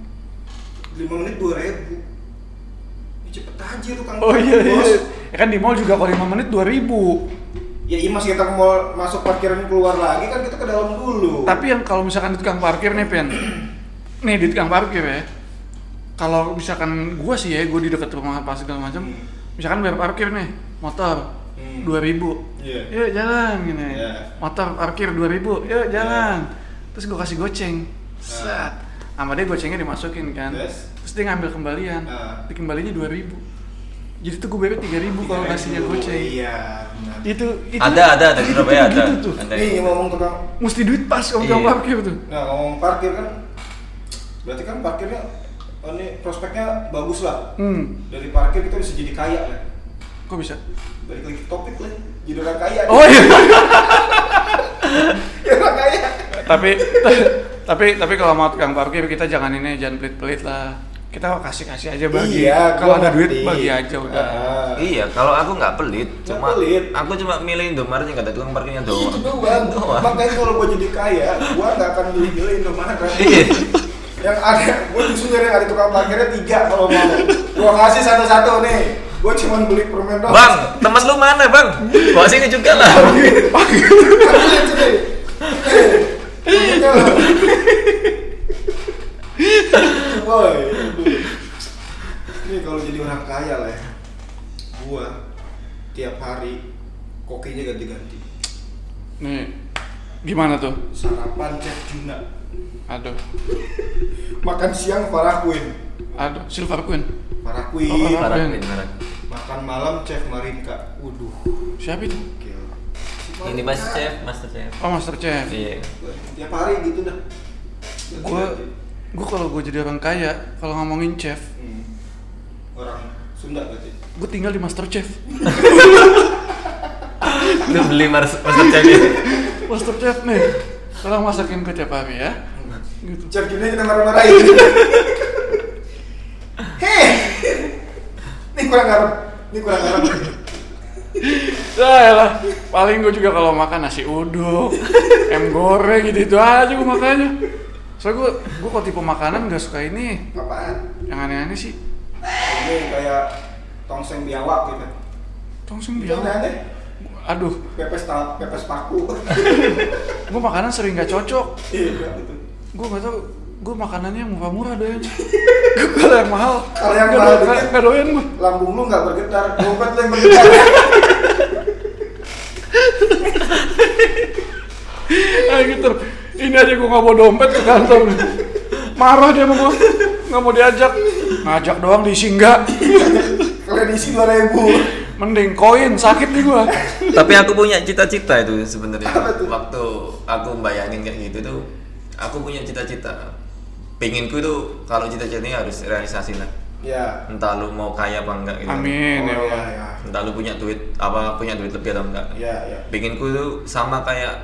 Speaker 1: 5 menit 2000. Ya cepet aja tukang
Speaker 2: Oh iya
Speaker 1: parkir,
Speaker 2: iya.
Speaker 1: bos.
Speaker 2: Ya kan di mall juga kalau 5 menit 2000.
Speaker 1: Ya iya masih kita ke mall masuk parkiran keluar lagi kan kita ke dalam dulu.
Speaker 2: Tapi yang kalau misalkan di tukang parkir nih, Pen. Nih di tukang parkir ya. Kalau misalkan gua sih ya, gua di dekat rumah pas segala macam.
Speaker 1: Hmm.
Speaker 2: Misalkan bayar parkir nih, motor
Speaker 1: Hmm.
Speaker 2: 2000.
Speaker 1: Iya.
Speaker 2: Yuk jalan gini.
Speaker 1: Iya.
Speaker 2: Motor parkir 2000.
Speaker 1: Ya.
Speaker 2: Yuk jalan. Terus gua kasih goceng.
Speaker 1: Ah.
Speaker 2: Set. Sama dia gocengnya dimasukin kan.
Speaker 1: Terus?
Speaker 2: Terus dia ngambil kembalian.
Speaker 1: Ah.
Speaker 2: Dikembalinya 2000. Jadi tuh gue bayar 3000 kalau
Speaker 1: 3000,
Speaker 2: kasihnya goceng.
Speaker 1: Iya. benar.
Speaker 2: Itu, itu
Speaker 3: ada ada dari
Speaker 2: itu
Speaker 3: Surabaya
Speaker 2: tuh
Speaker 3: ada
Speaker 2: begitu tuh.
Speaker 3: Ada.
Speaker 1: Nih ngomong tukang
Speaker 2: Mesti duit pas kalau
Speaker 3: Iya.
Speaker 2: tukang parkir tuh.
Speaker 1: Nah, ngomong parkir kan berarti kan parkirnya oh, ini prospeknya bagus lah.
Speaker 2: Hmm.
Speaker 1: Dari parkir kita bisa jadi kaya lah.
Speaker 2: Kok bisa?
Speaker 1: Balik lagi ke topik lah, jadi orang kaya.
Speaker 2: Oh iya.
Speaker 1: Jadi orang kaya.
Speaker 2: tapi tapi tapi kalau mau tukang parkir kita jangan ini jangan pelit-pelit lah. Kita kasih-kasih aja bagi. kalau
Speaker 1: Iya, gua
Speaker 2: ada duit
Speaker 1: ngerti.
Speaker 2: bagi aja udah.
Speaker 1: Ah.
Speaker 3: Iya, kalau aku nggak pelit,
Speaker 1: Nggak
Speaker 3: cuma
Speaker 1: pelit.
Speaker 3: aku cuma milih Indomaret yang nggak ada tukang parkirnya doang.
Speaker 1: Itu doang. Makanya kalau gua jadi kaya, gua gak akan milih-milih Indomaret.
Speaker 3: Iya.
Speaker 1: yang ada, gua justru nyari yang ada tukang parkirnya tiga kalau mau. Gua kasih satu-satu nih. Gua cuma beli permen doang.
Speaker 3: Bang, temen lu mana bang? Bawa sini juga lah.
Speaker 1: Kasih aja deh. Eh, permennya. Woi, aduh. Ini kalau jadi orang kaya lah ya. Gua tiap hari kokinya ganti-ganti.
Speaker 2: Nih. Gimana tuh?
Speaker 1: Sarapan Chef Juna.
Speaker 2: Aduh.
Speaker 1: Makan siang Farah Queen.
Speaker 2: Aduh, Silver Queen.
Speaker 1: Farah Queen.
Speaker 2: Oh, Farah.
Speaker 3: Parah, Bin, parah.
Speaker 1: Makan malam Chef Marinka. Waduh.
Speaker 2: Siapa itu?
Speaker 1: gila. Si
Speaker 3: Ini
Speaker 1: Marinka.
Speaker 3: mas chef, master chef.
Speaker 2: Oh, Master Chef.
Speaker 3: Iya.
Speaker 1: Tiap hari gitu dah.
Speaker 2: Gue gue kalau gue jadi orang kaya, kalau ngomongin chef,
Speaker 1: Hmm. orang Sunda berarti.
Speaker 2: gue tinggal di Master Chef.
Speaker 3: Lu beli mas- master chef ya?
Speaker 2: Master Chef nih. Tolong masakin gue tiap hari ya. Gitu.
Speaker 1: Chef Juna kita marah-marahin. Hei. Ini kurang garam. Ini kurang garam.
Speaker 2: Ya elah, paling gue juga kalau makan nasi uduk, em goreng gitu itu aja gue makannya. Soalnya gue gue kalau tipe makanan gak suka ini
Speaker 1: Apaan?
Speaker 2: yang aneh-aneh sih.
Speaker 1: Ini kayak tongseng biawak gitu.
Speaker 2: Langsung
Speaker 1: Itu
Speaker 2: bilang,
Speaker 1: aneh.
Speaker 2: aduh,
Speaker 1: Pepes ta- pepes paku.
Speaker 2: gue makanan sering gak cocok.
Speaker 1: Iya gitu.
Speaker 2: Gue gak tau, gue makanannya yang murah-murah doyan. Gue kalau yang mahal,
Speaker 1: Kalau yang
Speaker 2: nggak
Speaker 1: mahal
Speaker 2: doyan-
Speaker 1: dikit.
Speaker 2: nggak doyan gue.
Speaker 1: Lambung lu nggak bergetar, dompet lu yang bergetar.
Speaker 2: Ah gitu, ini aja gue gak bawa dompet ke kantor. nih. Marah dia sama gue, gak mau diajak. Ngajak doang diisi enggak.
Speaker 1: Kalian isi 2000.
Speaker 2: Mending koin, sakit nih gue.
Speaker 3: Tapi aku punya cita-cita itu sebenarnya.
Speaker 1: Apa tuh?
Speaker 3: Waktu aku bayangin kayak gitu tuh, aku punya cita-cita. Pinginku tuh kalau cita-citanya harus realisasi lah.
Speaker 1: Ya.
Speaker 3: Entah lu mau kaya apa enggak gitu.
Speaker 2: Amin ya
Speaker 1: Oh,
Speaker 2: Allah.
Speaker 1: ya, ya.
Speaker 3: entah lu punya duit apa punya duit lebih atau enggak
Speaker 1: Ya, ya.
Speaker 3: pinginku tuh sama kayak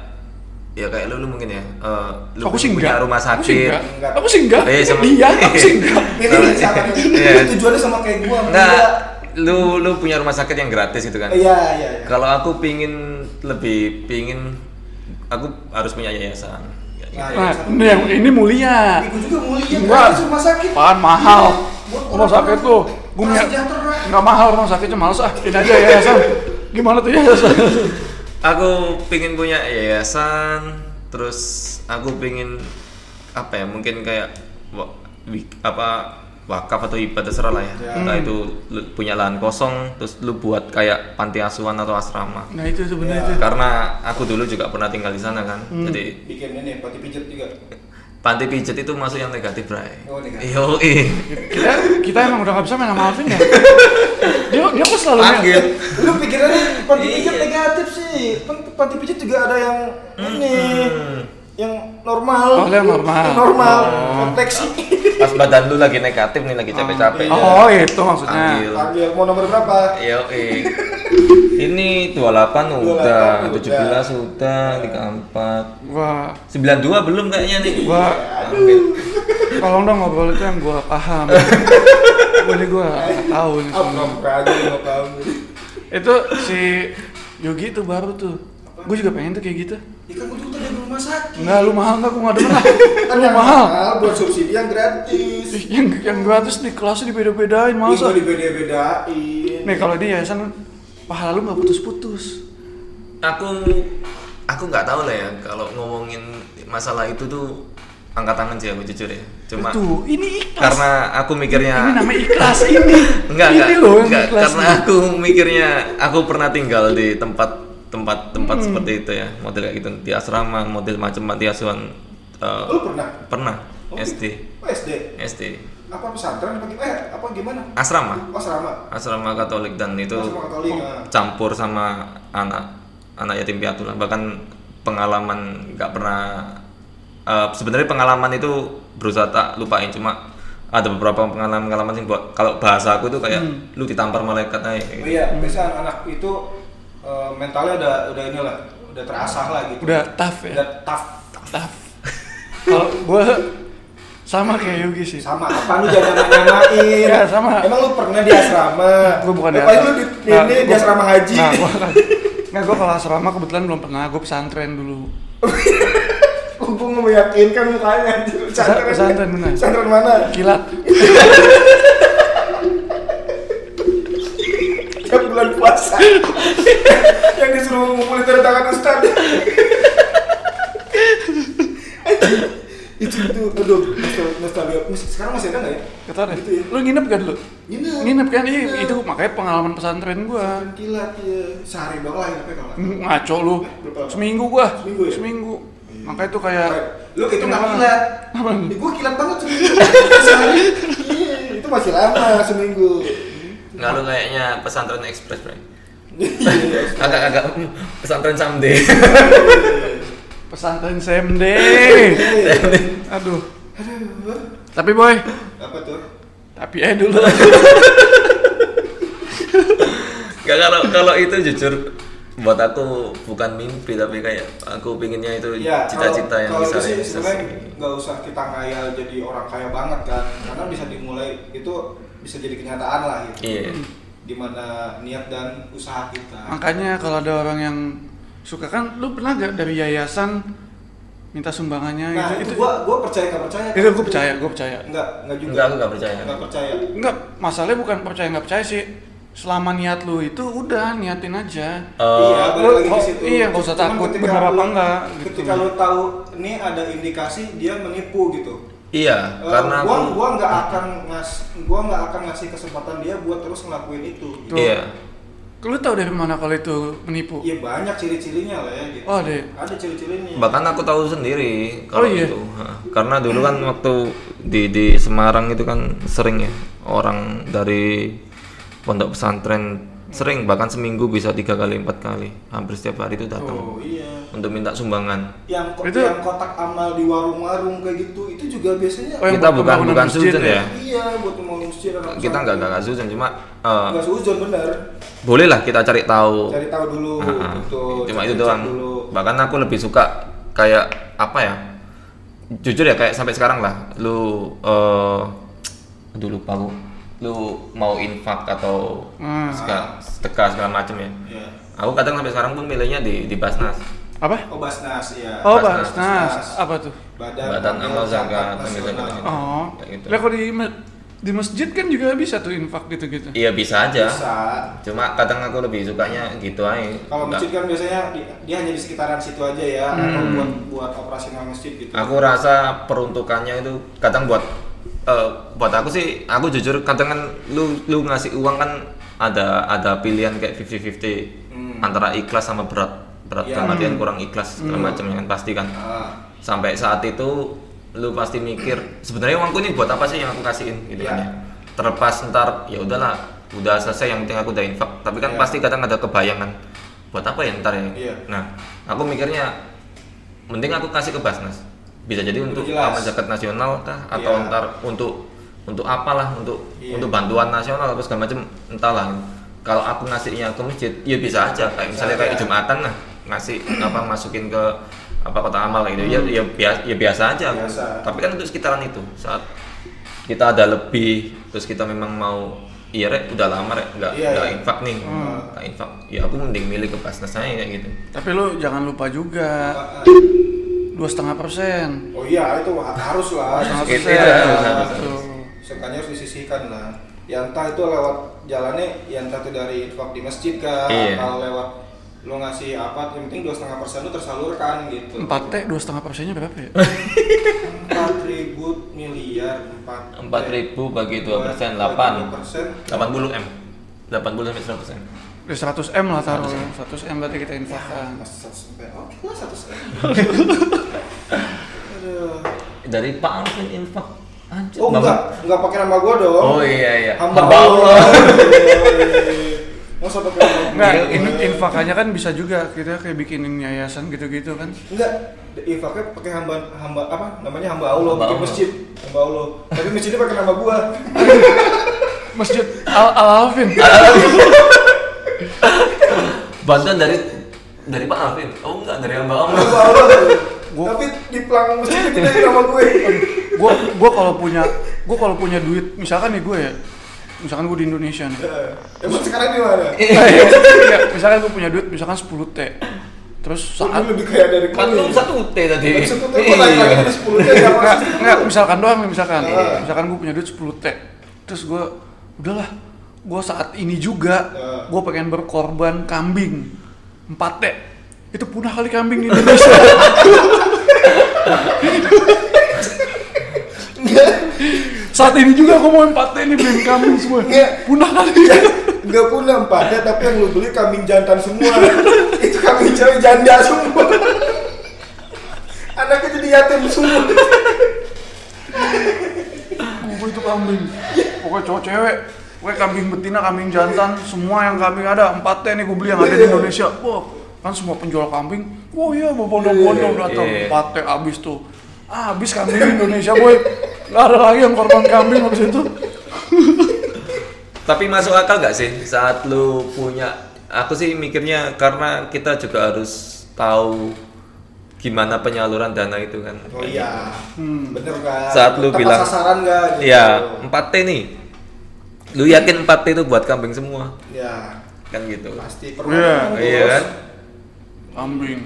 Speaker 3: ya kayak lu, lu mungkin ya eh, lu
Speaker 2: aku sih
Speaker 3: punya
Speaker 2: enggak.
Speaker 3: rumah
Speaker 2: Aku sih
Speaker 3: sakit
Speaker 2: enggak.
Speaker 1: Enggak.
Speaker 2: Aku sih enggak.
Speaker 3: Eh, sama-
Speaker 2: Dia, aku sih enggak.
Speaker 1: Ini nih, sama nih.
Speaker 3: Iya.
Speaker 1: Ini tujuannya sama kayak gua.
Speaker 3: enggak lu lu punya rumah sakit yang gratis gitu kan
Speaker 1: Iya, iya, iya.
Speaker 3: kalau aku pingin lebih pingin aku harus punya yayasan Kayak gitu.
Speaker 1: Nah,
Speaker 2: Nah, ini yang ini mulia.
Speaker 1: Ini gua juga mulia,
Speaker 2: Enggak.
Speaker 1: gratis rumah sakit.
Speaker 2: Pan Iya. mahal.
Speaker 1: Buat
Speaker 2: Rumah
Speaker 1: orang-orang
Speaker 2: sakit tuh. Gue
Speaker 1: orang
Speaker 2: punya
Speaker 1: sejahtera.
Speaker 2: enggak mahal rumah sakitnya males ah. Ini aja yayasan. Gimana tuh ya, yayasan?
Speaker 3: aku pingin punya yayasan terus aku pingin apa ya mungkin kayak wa- wi- apa wakaf atau hibah terserah lah
Speaker 2: Iya.
Speaker 3: ya.
Speaker 1: Ya.
Speaker 3: Entah
Speaker 2: Hmm.
Speaker 3: itu lu punya lahan kosong terus lu buat kayak panti asuhan atau asrama.
Speaker 2: nah itu sebenarnya
Speaker 1: Ya.
Speaker 3: Iya.
Speaker 2: itu
Speaker 3: Karena aku dulu juga pernah tinggal di sana kan. Jadi
Speaker 1: bikin ini pati pijet juga
Speaker 3: panti pijet itu masuk yang negatif, Bray.
Speaker 1: Oh, negatif.
Speaker 3: Yo, eh.
Speaker 2: kita kita emang udah gak bisa main sama Alvin ya dia dia kok selalu
Speaker 3: Panggil.
Speaker 1: lu pikirannya panti pijat negatif sih Pan- panti pijat juga ada yang ini yang normal
Speaker 2: Oh, ada yang normal. Oh.
Speaker 1: normal konteksi
Speaker 3: Pas badan lu lagi negatif nih lagi capek-capek.
Speaker 1: iya.
Speaker 2: oh itu maksudnya
Speaker 3: Panggil.
Speaker 1: panggil mau nomor berapa
Speaker 3: Yo, eh. Ini 28 udah,
Speaker 1: 28 udah.
Speaker 3: 17 udah, 34.
Speaker 2: wah
Speaker 3: 92 belum kayaknya nih.
Speaker 2: gua
Speaker 3: Hampir.
Speaker 2: tolong dong ngobrol itu yang gua paham boleh gua nggak tahu nih semua.
Speaker 1: abang kamu mau kamu
Speaker 2: itu si Yogi itu baru tuh gue juga pengen tuh kayak gitu
Speaker 1: ya kan gua juga dari rumah sakit
Speaker 2: Enggak, lu mahal enggak? Gue nggak demen lah
Speaker 1: kan
Speaker 2: Lu
Speaker 1: yang
Speaker 2: Oh, mahal
Speaker 1: mahal buat subsidi yang
Speaker 2: Ih,
Speaker 1: gratis
Speaker 2: yang, yang gratis di kelasnya dibeda-bedain,
Speaker 1: Masa?
Speaker 2: masa?
Speaker 1: Itu dibeda-bedain
Speaker 2: Nih, kalau di yayasan pahala lu nggak putus-putus
Speaker 3: Aku aku nggak tahu lah ya kalau ngomongin masalah itu tuh angkat tangan sih aku jujur ya. Cuma
Speaker 2: Itu, ini ikhlas
Speaker 3: karena aku
Speaker 2: Ini
Speaker 3: mikirnya
Speaker 2: namanya ikhlas ini
Speaker 3: Iya. enggak
Speaker 2: Ini
Speaker 3: enggak,
Speaker 2: loh yang
Speaker 3: enggak,
Speaker 2: ikhlas
Speaker 3: karena aku mikirnya aku pernah tinggal di tempat tempat tempat
Speaker 2: Hmm.
Speaker 3: seperti itu ya model kayak gitu di asrama model macam panti asuhan eh,
Speaker 1: Lu pernah?
Speaker 3: pernah
Speaker 1: Oh,
Speaker 3: SD
Speaker 1: Oh SD?
Speaker 3: SD
Speaker 1: Apa pesantren apa gimana? Eh, apa gimana?
Speaker 3: asrama
Speaker 1: Oh asrama?
Speaker 3: asrama Katolik dan itu Oh.
Speaker 1: Asrama Katolik nah.
Speaker 3: campur sama anak anak yatim piatu lah bahkan pengalaman nggak pernah eh, sebenarnya pengalaman itu berusaha tak lupain cuma ada beberapa pengalaman pengalaman yang buat kalau bahasa aku tuh kayak
Speaker 2: Hmm.
Speaker 3: lu ditampar malaikat aja kayak
Speaker 1: Oh
Speaker 3: gitu.
Speaker 1: iya, biasanya anak itu eh, mentalnya udah udah inilah udah terasah lah gitu
Speaker 2: Udah tough ya?
Speaker 1: udah tough
Speaker 2: Tough Kalau gue sama kayak Yogi sih
Speaker 1: sama apa lu jangan nyamain
Speaker 2: Iya, sama.
Speaker 1: emang lu pernah di asrama
Speaker 2: Gue bukan
Speaker 1: di
Speaker 2: di
Speaker 1: asrama
Speaker 2: asrama.
Speaker 1: lu di,
Speaker 2: Nah,
Speaker 1: ini di
Speaker 2: gua-
Speaker 1: asrama haji
Speaker 2: Nah, gue Nggak, gue kalau asrama kebetulan belum pernah, gue pesantren dulu
Speaker 1: Gua gue mau meyakinkan mukanya kan anjir. pesantren
Speaker 2: pesantren mana?
Speaker 1: pesantren mana
Speaker 2: Kilat
Speaker 1: tiap bulan puasa yang disuruh ngumpulin tanda tangan ustad itu itu aduh nostal- nostalgia Mas- sekarang masih ada nggak ya
Speaker 2: Kata deh,
Speaker 1: Gitu ya.
Speaker 2: lu nginep gak dulu?
Speaker 1: Nginep.
Speaker 2: Nginep kan? Iya,
Speaker 1: Nginep.
Speaker 2: itu makanya pengalaman pesantren gua
Speaker 1: kilat ya sehari doang lah nginepnya kalau nggak
Speaker 2: Ng- Ngaco lu
Speaker 1: Berapa lama?
Speaker 2: Seminggu gua
Speaker 1: Seminggu ya?
Speaker 2: Seminggu Makanya itu kayak
Speaker 1: salah. lu itu nggak kilat
Speaker 2: Apaan?
Speaker 1: Ih, gua kilat banget seminggu sehari iya itu masih lama seminggu
Speaker 3: nggak lu kayaknya pesantren ekspres bro
Speaker 1: Iya.
Speaker 3: agak agak hmm, pesantren someday
Speaker 2: Pesantren SMD Aduh
Speaker 1: aduh
Speaker 2: Tapi boy
Speaker 1: Iya. apa tuh
Speaker 2: Tapi eh dulu
Speaker 3: nggak kalau kalau itu jujur buat aku bukan mimpi tapi kayak aku pinginnya itu
Speaker 1: Ya,
Speaker 3: cita-cita yang
Speaker 1: kalau
Speaker 3: bisa
Speaker 1: itu sih
Speaker 3: realisasi.
Speaker 1: sebenarnya nggak usah kita ngayal jadi orang kaya banget kan, karena bisa dimulai itu bisa jadi kenyataan lah gitu.
Speaker 3: iya
Speaker 1: Dimana niat dan usaha kita.
Speaker 2: Makanya kalau ada orang yang Suka kan Lu pernah gak dari yayasan Minta sumbangannya
Speaker 1: Nah itu,
Speaker 2: gitu
Speaker 1: gua gua percaya nggak percaya.
Speaker 2: Itu gua percaya Gua percaya
Speaker 1: Enggak enggak juga.
Speaker 3: Nggak, aku nggak percaya. Eh,
Speaker 1: Nggak percaya.
Speaker 2: Enggak Masalahnya bukan percaya nggak percaya sih Selama niat lu itu Udah niatin aja
Speaker 3: Eh,
Speaker 1: iya, balik
Speaker 2: lu-
Speaker 1: lagi ke
Speaker 2: oh,
Speaker 1: situ.
Speaker 2: iya, nggak usah
Speaker 1: Cuman
Speaker 2: takut,
Speaker 1: ketika
Speaker 2: benar
Speaker 1: lu-
Speaker 2: apa enggak, gitu.
Speaker 1: Ketika lu tahu ini ada indikasi dia menipu gitu.
Speaker 3: iya
Speaker 1: Eh,
Speaker 3: karena
Speaker 1: gua
Speaker 3: aku
Speaker 1: gua nggak akan ngas gua nggak akan ngasih kesempatan dia buat terus ngelakuin itu.
Speaker 2: Tuh.
Speaker 3: iya
Speaker 2: Lu tahu dari mana kalau itu menipu?
Speaker 1: Iya banyak ciri-cirinya lah ya gitu.
Speaker 2: Oh, ada ya?
Speaker 1: Ada ciri-cirinya.
Speaker 3: bahkan aku tahu sendiri kalau
Speaker 2: Oh, iya?
Speaker 3: itu Hah. karena dulu kan waktu di di Semarang itu kan sering ya orang dari pondok pesantren sering bahkan seminggu bisa tiga kali empat kali hampir setiap hari itu datang
Speaker 1: Oh iya.
Speaker 3: untuk minta sumbangan
Speaker 1: Yang ko-
Speaker 2: Itu-
Speaker 1: yang kotak amal di warung-warung kayak gitu itu juga biasanya
Speaker 2: Oh, yang
Speaker 3: kita
Speaker 2: buat
Speaker 3: bukan
Speaker 2: pembangunan
Speaker 3: bukan
Speaker 2: masjid
Speaker 3: sujen
Speaker 2: ya?
Speaker 3: ya,
Speaker 1: iya buat mau masjid anak
Speaker 3: kita nggak nggak nggak sujen cuma eh,
Speaker 1: Enggak seuzon bener.
Speaker 3: bolehlah kita cari tahu
Speaker 1: Cari tahu dulu
Speaker 3: Oh. Ah,
Speaker 1: gitu.
Speaker 3: cuma
Speaker 1: Cek-
Speaker 3: itu
Speaker 1: cek
Speaker 3: doang
Speaker 1: dulu.
Speaker 3: bahkan aku lebih suka kayak apa ya jujur ya kayak sampai sekarang lah lu eh aduh lupa aku lu mau infak atau
Speaker 2: Hmm.
Speaker 1: Ah.
Speaker 3: seka- sedekah segala macem ya
Speaker 1: Iya.
Speaker 3: aku kadang sampai sekarang pun milihnya di di basnas
Speaker 2: Apa?
Speaker 1: Oh, Basnas ya.
Speaker 2: Oh, Basnas.
Speaker 3: Basnas,
Speaker 2: Nas.
Speaker 1: Basnas.
Speaker 2: Apa tuh?
Speaker 1: Badan,
Speaker 3: badan amal zakat amil zakat
Speaker 1: Nasional.
Speaker 2: Oh.
Speaker 3: kayak gitu
Speaker 2: Lah kok di me- di masjid kan juga bisa tuh infak gitu gitu
Speaker 3: Iya bisa aja.
Speaker 1: bisa
Speaker 3: Cuma kadang aku lebih sukanya gitu aja.
Speaker 1: kalau
Speaker 3: Nggak-
Speaker 1: masjid kan biasanya di- dia hanya di sekitaran situ aja ya atau
Speaker 2: Hmm.
Speaker 1: buat buat operasional masjid gitu
Speaker 3: Aku rasa peruntukannya itu kadang buat eh, buat aku sih aku jujur kadang kan lu lu ngasih uang kan ada ada pilihan kayak 50-50 antara ikhlas sama berat berat
Speaker 1: Iya.
Speaker 3: kematian kurang ikhlas segala macamnya kan pasti kan.
Speaker 1: Ah,
Speaker 3: sampai saat itu lu pasti mikir sebenarnya uangku ini buat apa sih yang aku kasihin gitu kan
Speaker 1: Iya.
Speaker 3: ya. terlepas ntar ya udahlah udah selesai yang penting aku udah infak tapi kan
Speaker 1: Iya.
Speaker 3: pasti kadang ada kebayangan buat apa ya ntar ya
Speaker 1: Iya.
Speaker 3: nah aku mikirnya mending aku kasih ke Basnas bisa jadi untuk
Speaker 1: jelas.
Speaker 3: apa zakat nasional kah
Speaker 1: Iya.
Speaker 3: atau ntar untuk untuk apalah untuk
Speaker 1: Iya.
Speaker 3: untuk bantuan nasional apa segala macam entahlah kalau aku ngasihnya ke masjid ya bisa aja kayak misalnya kayak
Speaker 1: aja.
Speaker 3: jumatan lah ngasih apa masukin ke apa kota amal gitu ya ya biasa ya biasa aja aku.
Speaker 1: Biasa.
Speaker 3: tapi kan untuk sekitaran itu saat kita ada lebih terus kita memang mau iya rek udah lama rek nggak
Speaker 1: Iya,
Speaker 3: nggak
Speaker 1: iya.
Speaker 3: infak nih nggak infak ya aku mending milih ke basnas aja kayak gitu
Speaker 2: tapi lo jangan lupa juga
Speaker 1: ah, ah.
Speaker 2: dua setengah persen
Speaker 1: oh iya itu ha- harus lah
Speaker 2: Setengah
Speaker 3: Gitu
Speaker 1: iya,
Speaker 2: persen.
Speaker 3: ya,
Speaker 2: Nah,
Speaker 3: harus,
Speaker 2: betul.
Speaker 1: Seenggaknya harus disisihkan lah ya entah itu lewat jalannya ya entah itu dari infak di masjid kah
Speaker 3: Iya.
Speaker 1: atau lewat lo ngasih apa yang penting dua setengah persen lo tersalurkan gitu
Speaker 2: empat t dua setengah persennya berapa ya
Speaker 1: empat ribu miliar empat
Speaker 3: empat ribu bagi dua persen
Speaker 1: delapan
Speaker 3: delapan
Speaker 1: Iya. persen
Speaker 3: delapan puluh m delapan puluh sampai seratus m
Speaker 2: Udah 100 m lah taruh 100 m berarti kita infakkan
Speaker 1: oke lah Oh, satu sen. Aduh.
Speaker 3: dari pak Arvin infak Anjir,
Speaker 1: oh
Speaker 3: Bapak-
Speaker 1: enggak enggak pakai nama gua dong
Speaker 3: oh iya iya
Speaker 1: hamba
Speaker 3: Hamba
Speaker 1: Allah
Speaker 3: Allah.
Speaker 1: masa pakai nama gua?
Speaker 2: Enggak, in infakannya kan bisa juga kita kayak bikinin yayasan gitu-gitu kan.
Speaker 1: Enggak, infaknya pakai hamba hamba apa namanya hamba Allah
Speaker 3: Hamba
Speaker 1: bikin
Speaker 3: Allah.
Speaker 1: masjid. Hamba Allah. Tapi masjidnya pakai nama gua.
Speaker 2: Masjid Al Al Alvin.
Speaker 3: bantuan dari dari pak Arvin oh enggak dari hamba Allah
Speaker 1: Hamba Allah.
Speaker 2: Gua-
Speaker 1: Tapi di pelang masjid kita nama gue.
Speaker 2: Gua gua kalau punya gua kalau punya duit, misalkan nih gue ya. Misalkan gue di Indonesia nih.
Speaker 1: Eh, Emang sekarang di mana?
Speaker 3: Eh,
Speaker 2: Iya, misalkan gue punya duit misalkan 10 T. Terus saat
Speaker 1: Saat lebih kaya dari
Speaker 3: kan
Speaker 1: kami.
Speaker 3: lu satu T tadi
Speaker 1: Iya.
Speaker 3: Iya.
Speaker 1: Satu tuh gua naik lagi di sepuluh
Speaker 2: enggak, enggak, misalkan doang nih misalkan.
Speaker 1: Iya.
Speaker 2: Misalkan gue punya duit 10 T. Terus gue udahlah, gue saat ini juga
Speaker 1: Iya.
Speaker 2: gue pengen berkorban kambing 4 T. Itu punah kali kambing di Indonesia. Saat ini juga gue mau 4 T nih beliin kambing semua.
Speaker 1: Iya.
Speaker 2: Punah kali.
Speaker 1: Enggak pula empatnya, tapi yang lu beli kambing jantan semua. Itu kambing cewek janda semua. Anaknya jadi yatim semua.
Speaker 2: Kumpul itu kambing. Pokoknya cowok cewek. Pokoknya kambing betina, kambing jantan, semua yang kambing ada, empat T nih gue beli yang
Speaker 3: Iya.
Speaker 2: ada di Indonesia. Wah, kan semua penjual kambing, wah iya berbondong-bondong datang,
Speaker 3: Iya.
Speaker 2: empat T abis tuh. Ah, abis kambing di Indonesia boy. Gak ada lagi yang korban kambing abis itu.
Speaker 3: tapi masuk akal gak sih saat lu punya aku sih mikirnya karena kita juga harus tahu gimana penyaluran dana itu kan
Speaker 1: Oh iya. Bener kan?
Speaker 3: saat lu
Speaker 1: Tepat
Speaker 3: bilang
Speaker 1: sasaran enggak gitu.
Speaker 3: ya 4 T nih lu yakin 4 T itu buat kambing semua
Speaker 1: Ya,
Speaker 3: kan gitu
Speaker 1: pasti
Speaker 2: Iya,
Speaker 1: perlu.
Speaker 3: iya kan
Speaker 2: Kambing.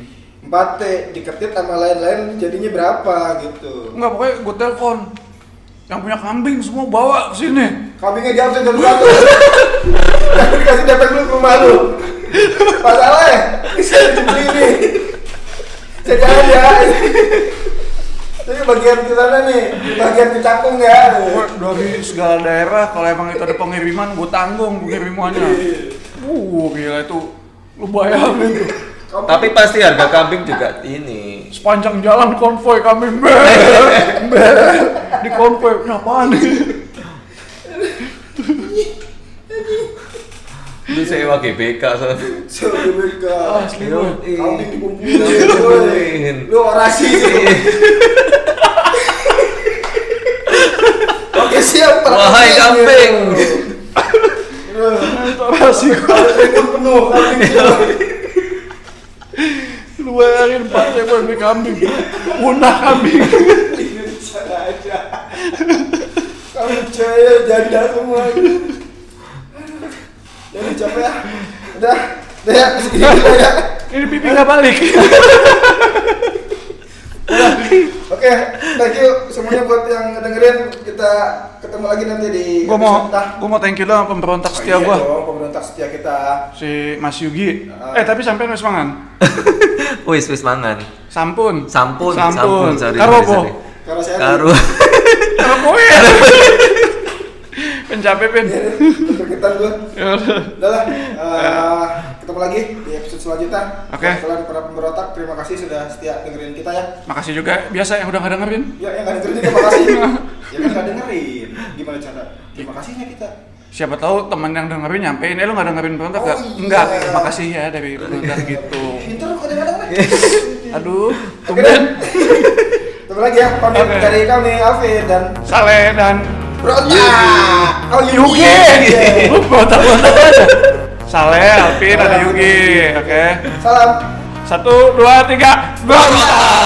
Speaker 1: 4T diketit sama lain-lain jadinya berapa gitu.
Speaker 2: Enggak, pokoknya gue telepon. Yang punya kambing semua bawa ke sini.
Speaker 1: Kambingnya diambil jam satu. Tapi dikasih datang dulu ke rumah lu. Masalah ya, bisa dibeli nih. Jadi aja. Jadi bagian ke sana nih, bagian ke cakung ya.
Speaker 2: Pokoknya dari segala daerah kalau emang itu ada pengiriman, gue tanggung pengirimannya.
Speaker 3: Iya.
Speaker 2: Uh, gila itu lu bayangin tuh.
Speaker 1: Kamu-
Speaker 3: tapi pasti harga kambing juga ini
Speaker 2: sepanjang jalan konvoy kami be be di konvoy kenapaan
Speaker 3: lu sewa GBK soalnya
Speaker 1: Sorry, mereka.
Speaker 2: Asli, boy.
Speaker 1: Kambing
Speaker 3: dikumpulin.
Speaker 1: dikumpulin. Lu orasi sih. Oke siap. Pak.
Speaker 3: Wahai kambing.
Speaker 1: Aduh.
Speaker 2: Entarasi gua
Speaker 1: Kambing penuh, kambing penuh.
Speaker 2: lu bayangin pak saya mau beli kambing punah kambing
Speaker 1: Indonesia nggak ada. Kamu jaya janda semua. Aduh. Jadi capek ya. Udah, udah ya, segini dulu ya.
Speaker 2: ini pipi nggak balik
Speaker 1: Oke, thank you semuanya buat yang dengerin. Kita ketemu lagi nanti di
Speaker 2: Gua
Speaker 1: episode
Speaker 2: mau
Speaker 1: entah.
Speaker 2: gua mau thank you dong pemberontak
Speaker 1: Oh,
Speaker 2: setia
Speaker 1: iya
Speaker 2: gua.
Speaker 1: dong, pemberontak setia kita.
Speaker 2: Si Mas Yugi.
Speaker 1: Ah.
Speaker 2: Eh tapi sampean wis mangan.
Speaker 3: Wis wis mangan.
Speaker 2: Sampun.
Speaker 3: Sampun,
Speaker 2: Sampun.
Speaker 3: sampun, sorry,
Speaker 2: Karo
Speaker 3: sorry,
Speaker 2: apa?
Speaker 3: sorry.
Speaker 1: Kalau saya
Speaker 3: Karo
Speaker 2: Karo kowe. Pencape pin.
Speaker 1: terketan gua.
Speaker 2: Iya.
Speaker 1: Udah lah, eh, ketemu lagi di episode selanjutnya.
Speaker 2: Oke.
Speaker 1: Buat Kalian para pemberontak, terima kasih sudah setia dengerin kita ya.
Speaker 2: Makasih juga biasa yang udah ngedengerin.
Speaker 1: Ya, yang nggak dengerin terima kasih. ya kan nggak dengerin, gimana cara? Terima kasihnya kita.
Speaker 2: Siapa tahu teman yang dengerin nyampein, eh lu nggak dengerin pemberontak
Speaker 1: Oh,
Speaker 2: nggak?
Speaker 1: iya.
Speaker 2: Enggak, makasih ya dari pemberontak gitu.
Speaker 1: Pinter kok kadang-kadang. Nek.
Speaker 2: Aduh,
Speaker 1: Oke,
Speaker 2: tumben.
Speaker 1: Ketemu lagi ya, pamit
Speaker 2: Oke.
Speaker 1: dari kami Alvin dan
Speaker 2: Saleh dan
Speaker 1: Berontak. Oh,
Speaker 2: Yugi.
Speaker 1: Yugi.
Speaker 2: Lu botak-botak aja. Saleh, Alvin, ada Yugi. Oke.
Speaker 1: Salam.
Speaker 2: Satu, dua, tiga. Berontak.